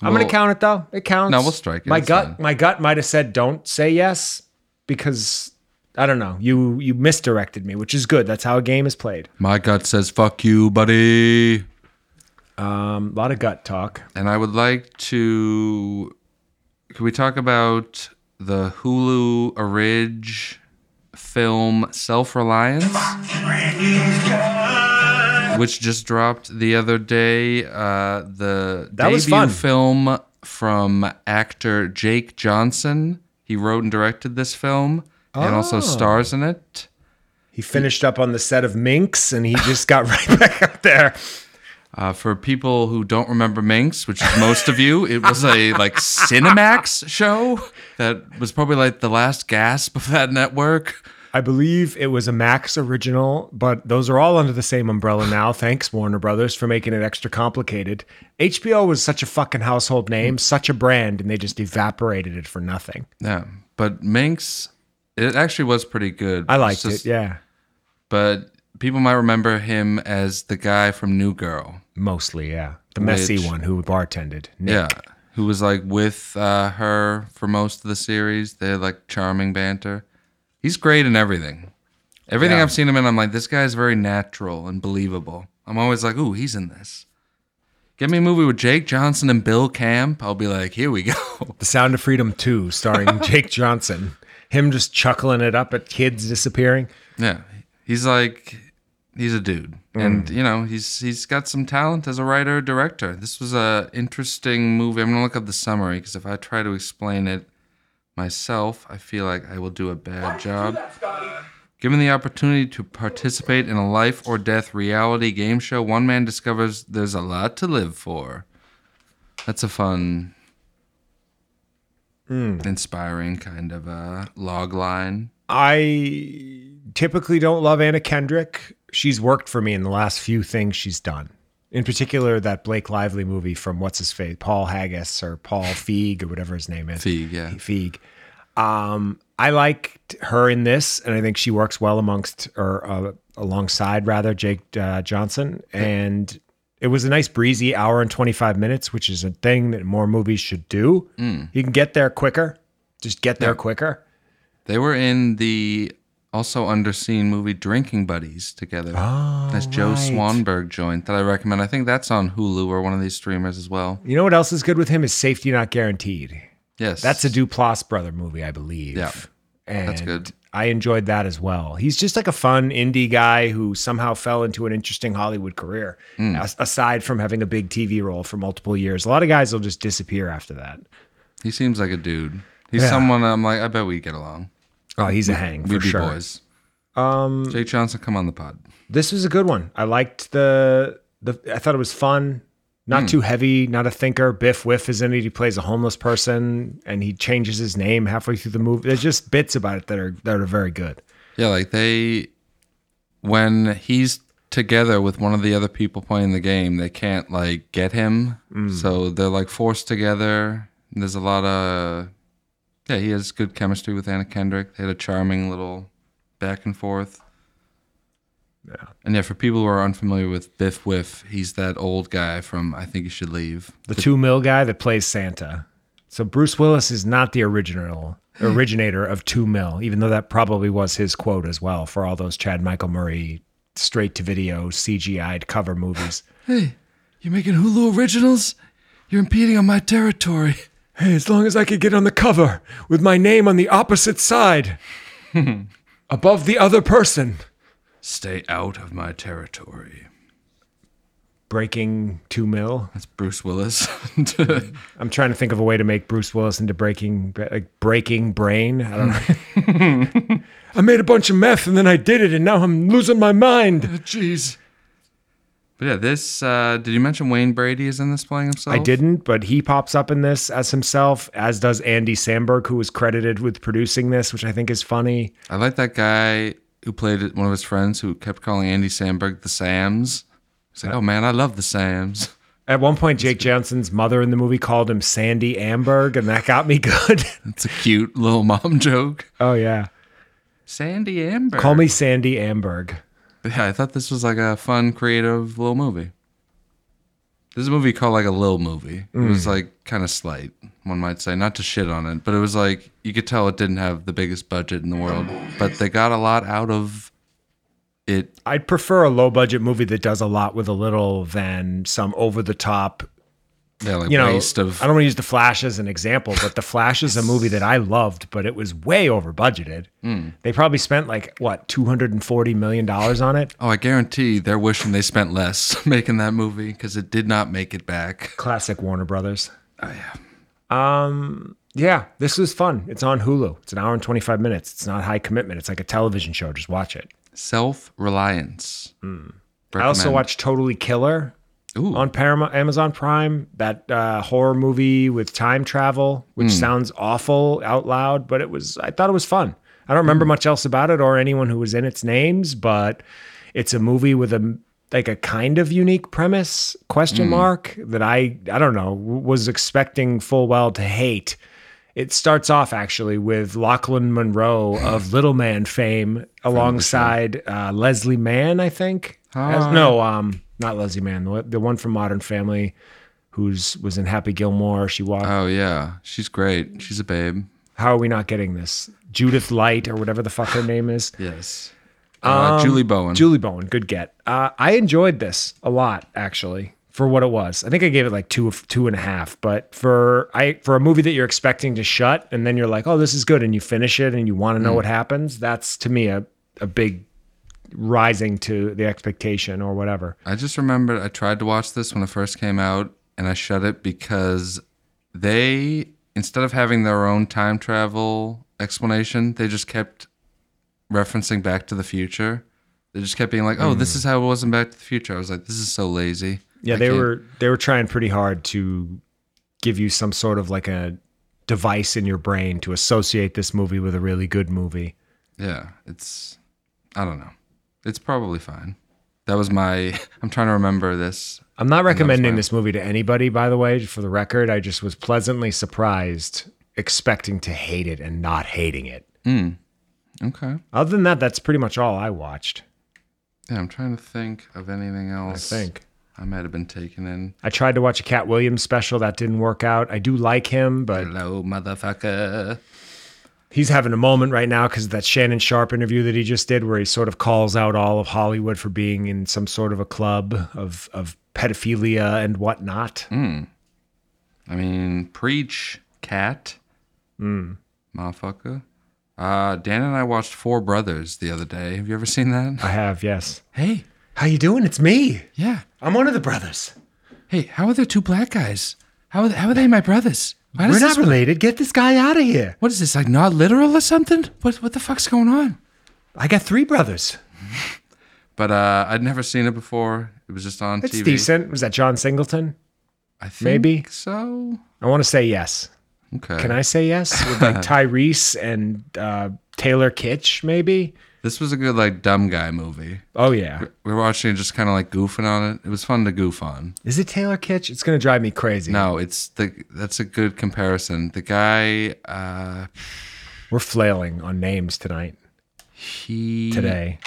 i'm gonna count it though it counts No, we'll strike it. my It's gut fine. my gut might have said don't say yes because i don't know you you misdirected me which is good that's how a game is played My gut says fuck you, buddy. um, a lot of gut talk And I would like to. Can we talk about the Hulu Ridge film Self Reliance? Which just dropped the other day. Uh, the That debut was fun. film from actor Jake Johnson. He wrote and directed this film and Oh. also stars in it. he finished up on the set of minx and he just got right back up there Uh, for people who don't remember Minx, which is most of you, it was a like Cinemax show that was probably like the last gasp of that network. I believe it was a Max original, but those are all under the same umbrella now. Thanks, Warner Brothers, for making it extra complicated. HBO was such a fucking household name, such a brand, and they just evaporated it for nothing. Yeah, but Minx, it actually was pretty good. I It's liked just- it. Yeah. but people might remember him as the guy from New Girl. Mostly, yeah. The messy Which- one who bartended. Nick. Yeah, who was like with uh, her for most of the series. They had like charming banter. He's great in everything. Everything I've seen him in, I'm like, this guy's very natural and believable. I'm always like, ooh, he's in this. Get me a movie with Jake Johnson and Bill Camp. I'll be like, here we go. The Sound of Freedom 2, starring Jake Johnson. Him just chuckling it up at kids disappearing. yeah, he's like, he's a dude, and you know, he's he's got some talent as a writer director. This was a interesting movie. I'm gonna look up the summary because if I try to explain it myself, I feel like I will do a bad job. Given the opportunity to participate in a life or death reality game show, one man discovers there's a lot to live for. That's a fun, inspiring kind of a log line. I typically don't love Anna Kendrick. She's worked for me in the last few things she's done. In particular, that Blake Lively movie from what's his face, Paul Haggis or Paul Feig or whatever his name is. Feig, yeah. Feig. Um, I liked her in this, and I think she works well amongst or uh, alongside rather Jake uh, Johnson. And it was a nice breezy hour and twenty five minutes, which is a thing that more movies should do. Mm. You can get there quicker. Just get there quicker. They were in the also underseen movie Drinking Buddies together. Ah, Oh, that's Joe Swanberg joint that I recommend. I think that's on Hulu or one of these streamers as well. You know what else is good with him is safety not guaranteed. Yes. That's a Duplass brother movie, I believe. Yeah. And That's good. I enjoyed that as well. He's just like a fun indie guy who somehow fell into an interesting Hollywood career, Mm. as- aside from having a big TV role for multiple years. A lot of guys will just disappear after that. He seems like a dude. He's Yeah. someone I'm like, I bet we get along. Oh, he's a hang for We'd be sure. boys. Um, Jake Johnson, come on the pod. This was a good one. I liked the the. I thought it was fun. Not too heavy, not a thinker. Biff Whiff is in it. He plays a homeless person, and he changes his name halfway through the movie. There's just bits about it that are that are very good. Yeah, like they, when he's together with one of the other people playing the game, they can't like get him. So they're like forced together. And There's a lot of, yeah, he has good chemistry with Anna Kendrick. They had a charming little back and forth. Yeah. And yeah, for people who are unfamiliar with Biff Whiff, he's that old guy from I Think You Should Leave. the two mill guy that plays Santa. So Bruce Willis is not the original originator of two mill, even though that probably was his quote as well for all those Chad Michael Murray straight to video CGI'd cover movies. Hey, you're making Hulu originals? You're impeding on my territory. Hey, as long as I could get on the cover with my name on the opposite side, above the other person. Stay out of my territory. Breaking two mill. That's Bruce Willis. I'm trying to think of a way to make Bruce Willis into breaking like breaking brain. I don't know. I made a bunch of meth and then I did it and now I'm losing my mind. Jeez. But yeah, this. Uh, did you mention Wayne Brady is in this playing himself? I didn't, but he pops up in this as himself, as does Andy Samberg, who was credited with producing this, which I think is funny. I like that guy who played it- one of his friends who kept calling Andy Sandberg the Sams. He's like, oh man, I love the Sams. At one point, Jake Johnson's mother in the movie called him Sandy Amberg, and that got me good. It's a cute little mom joke. oh, yeah. Sandy Amber. Call me Sandy Amberg. But yeah, I thought this was like a fun, creative little movie. This is a movie called like a little movie. It Mm. was like kind of slight, one might say, not to shit on it, but it was like you could tell it didn't have the biggest budget in the world, but they got a lot out of it. I'd prefer a low budget movie that does a lot with a little than some over the top, Yeah, like you know. waste of. I don't want to use The Flash as an example, but The Flash is a movie that I loved, but it was way over budgeted. Hmm. They probably spent like, what, $240 million on it? oh, I guarantee they're wishing they spent less making that movie because it did not make it back. Classic Warner Brothers. Oh, yeah. Um, yeah, this was fun. It's on Hulu. It's an hour and 25 minutes. It's not high commitment. It's like a television show. Just watch it. Self reliance. Hmm. I also watched Totally Killer Ooh, on Paramount, Amazon Prime, that uh, horror movie with time travel, which sounds awful out loud, but it was, I thought it was fun. I don't remember much else about it or anyone who was in its names, but it's a movie with a, like a kind of unique premise question mark that I, I don't know, w- was expecting full well to hate. It starts off actually with Lachlan Monroe of Little Man fame alongside uh, Leslie Mann, I think. As- Hi. no, um, not Leslie Mann, the, the one from Modern Family, who's was in Happy Gilmore. She walked. Oh yeah, she's great. She's a babe. How are we not getting this? Judith Light or whatever the fuck her name is. Yes. Um, Uh, Julie Bowen. Julie Bowen, good get. Uh, I enjoyed this a lot, actually, for what it was. I think I gave it like two, of- two and a half. But for I for a movie that you're expecting to shut, and then you're like, oh, this is good, and you finish it, and you want to know what happens. That's to me a a big rising to the expectation or whatever. I just remembered I tried to watch this when it first came out, and I shut it because they instead of having their own time travel explanation, they just kept referencing Back to the Future. They just kept being like, "Oh, this is how it was in Back to the Future." I was like, "This is so lazy." Hmm. Yeah, I they can't- were they were trying pretty hard to give you some sort of like a device in your brain to associate this movie with a really good movie. Yeah, it's I don't know. It's probably fine. That was my. I'm trying to remember this. I'm not recommending fine. this movie to anybody, by the way, for the record. I just was pleasantly surprised expecting to hate it and not hating it. Okay. Other than that, that's pretty much all I watched, Yeah, I'm trying to think of anything I else. think. I might have been taken in. I tried to watch a Cat Williams special that didn't work out. I do like him, but Hello, motherfucker. he's having a moment right now because of that Shannon Sharp interview that he just did, where he sort of calls out all of Hollywood for being in some sort of a club of of pedophilia and whatnot. I mean, preach, cat. Mm. Motherfucker. Uh, Dan and I watched Four Brothers the other day. Have you ever seen that? I have, yes. Hey, How you doing? It's me. yeah. I'm one of the brothers. Hey, how are there two black guys? How are they, how are they my brothers? Why We're does not this, related. Get this guy out of here. what is this, like not literal or something? What, what the fuck's going on? I got three brothers. But uh, I'd never seen it before. It was just on It's TV. decent. Was that John Singleton? I think maybe. so. I want to say yes. Okay. Can I say yes? With like Tyrese and uh, Taylor Kitsch, maybe. This was a good like dumb guy movie. Oh yeah. We were watching it, just kind of like goofing on it. It was fun to goof on. Is it Taylor Kitsch? It's gonna drive me crazy. No, it's the that's a good comparison. The guy, uh, We're flailing on names tonight. he Today.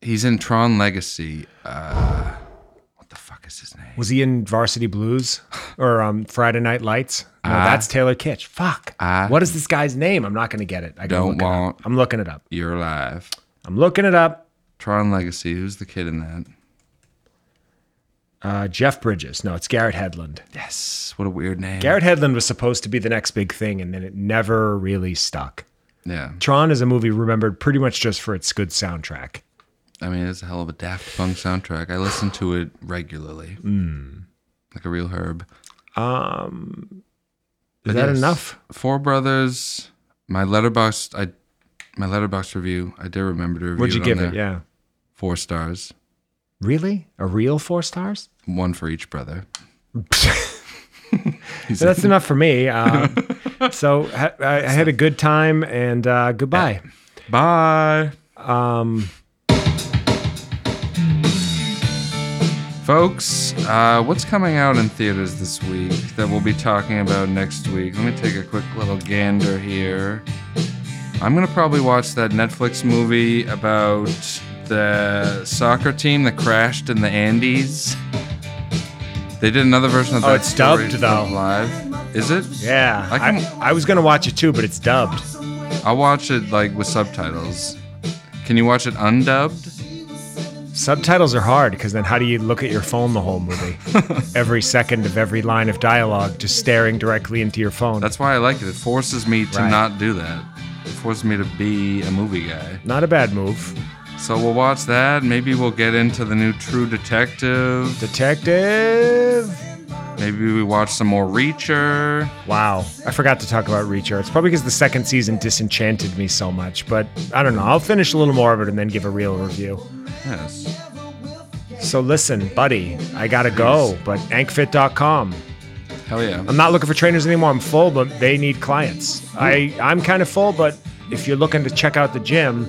he's in Tron Legacy. Uh, what the fuck is his name? Was he in Varsity Blues or um, Friday Night Lights? No, that's Taylor Kitsch. Fuck. Ah. what is this guy's name? I'm not going to get it. I gotta Don't look it up. want- I'm looking it up. You're alive. I'm looking it up. Tron Legacy. Who's the kid in that? Uh, Jeff Bridges. No, it's Garrett Headland. Yes. What a weird name. Garrett Headland was supposed to be the next big thing, and then it never really stuck. Yeah. Tron is a movie remembered pretty much just for its good soundtrack. I mean, it's a hell of a Daft Punk soundtrack. I listen to it regularly. Hmm. Like a real herb. Is But Um, that yes, enough? Four Brothers. My letterbox. I my letterbox review. I did remember to review. Would you it give on it? there. Yeah. Four stars. Really? A real four stars? One for each brother. So that's enough for me. Uh, so ha- I, I had a good time and uh, goodbye. Bye. Um, Folks, uh, what's coming out in theaters this week that we'll be talking about next week? Let me take a quick little gander here. I'm going to probably watch that Netflix movie about the soccer team that crashed in the Andes. They did another version of Oh, that it's story dubbed, though. live. Is it? Yeah, I I, can- I was gonna watch it too, but it's dubbed. I'll watch it like with subtitles. Can you watch it undubbed? Subtitles are hard because then how do you look at your phone the whole movie? every second of every line of dialogue, just staring directly into your phone. That's why I like it. It forces me to Right. not do that. It forces me to be a movie guy. not a bad move, So we'll watch that. Maybe we'll get into the new True Detective. detective. Maybe we watch some more Reacher. Wow, I forgot to talk about Reacher. It's probably because the second season disenchanted me so much, but I don't know. I'll finish a little more of it and then give a real review. Yes. So listen, buddy, I gotta go, but ankfit.com. Hell yeah. I'm not looking for trainers anymore. I'm full, but they need clients. I, I'm kind of full, but if you're looking to check out the gym,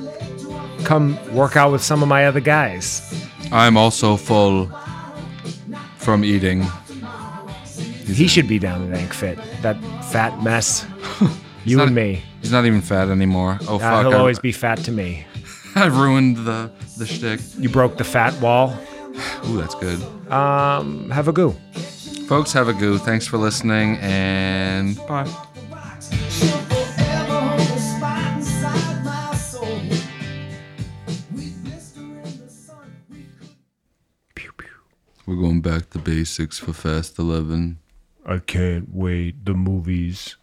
come work out with some of my other guys. I'm also full from eating. He should be down at AnkFit. That fat mess. You and me. He's not even fat anymore. Oh Uh, fuck! he'll I, always be fat to me. I ruined the the shtick. You broke the fat wall. Ooh, that's good. Um, have a goo. Folks, have a goo. Thanks for listening and bye. We're going back to basics for Fast 11. I can't wait. The movies.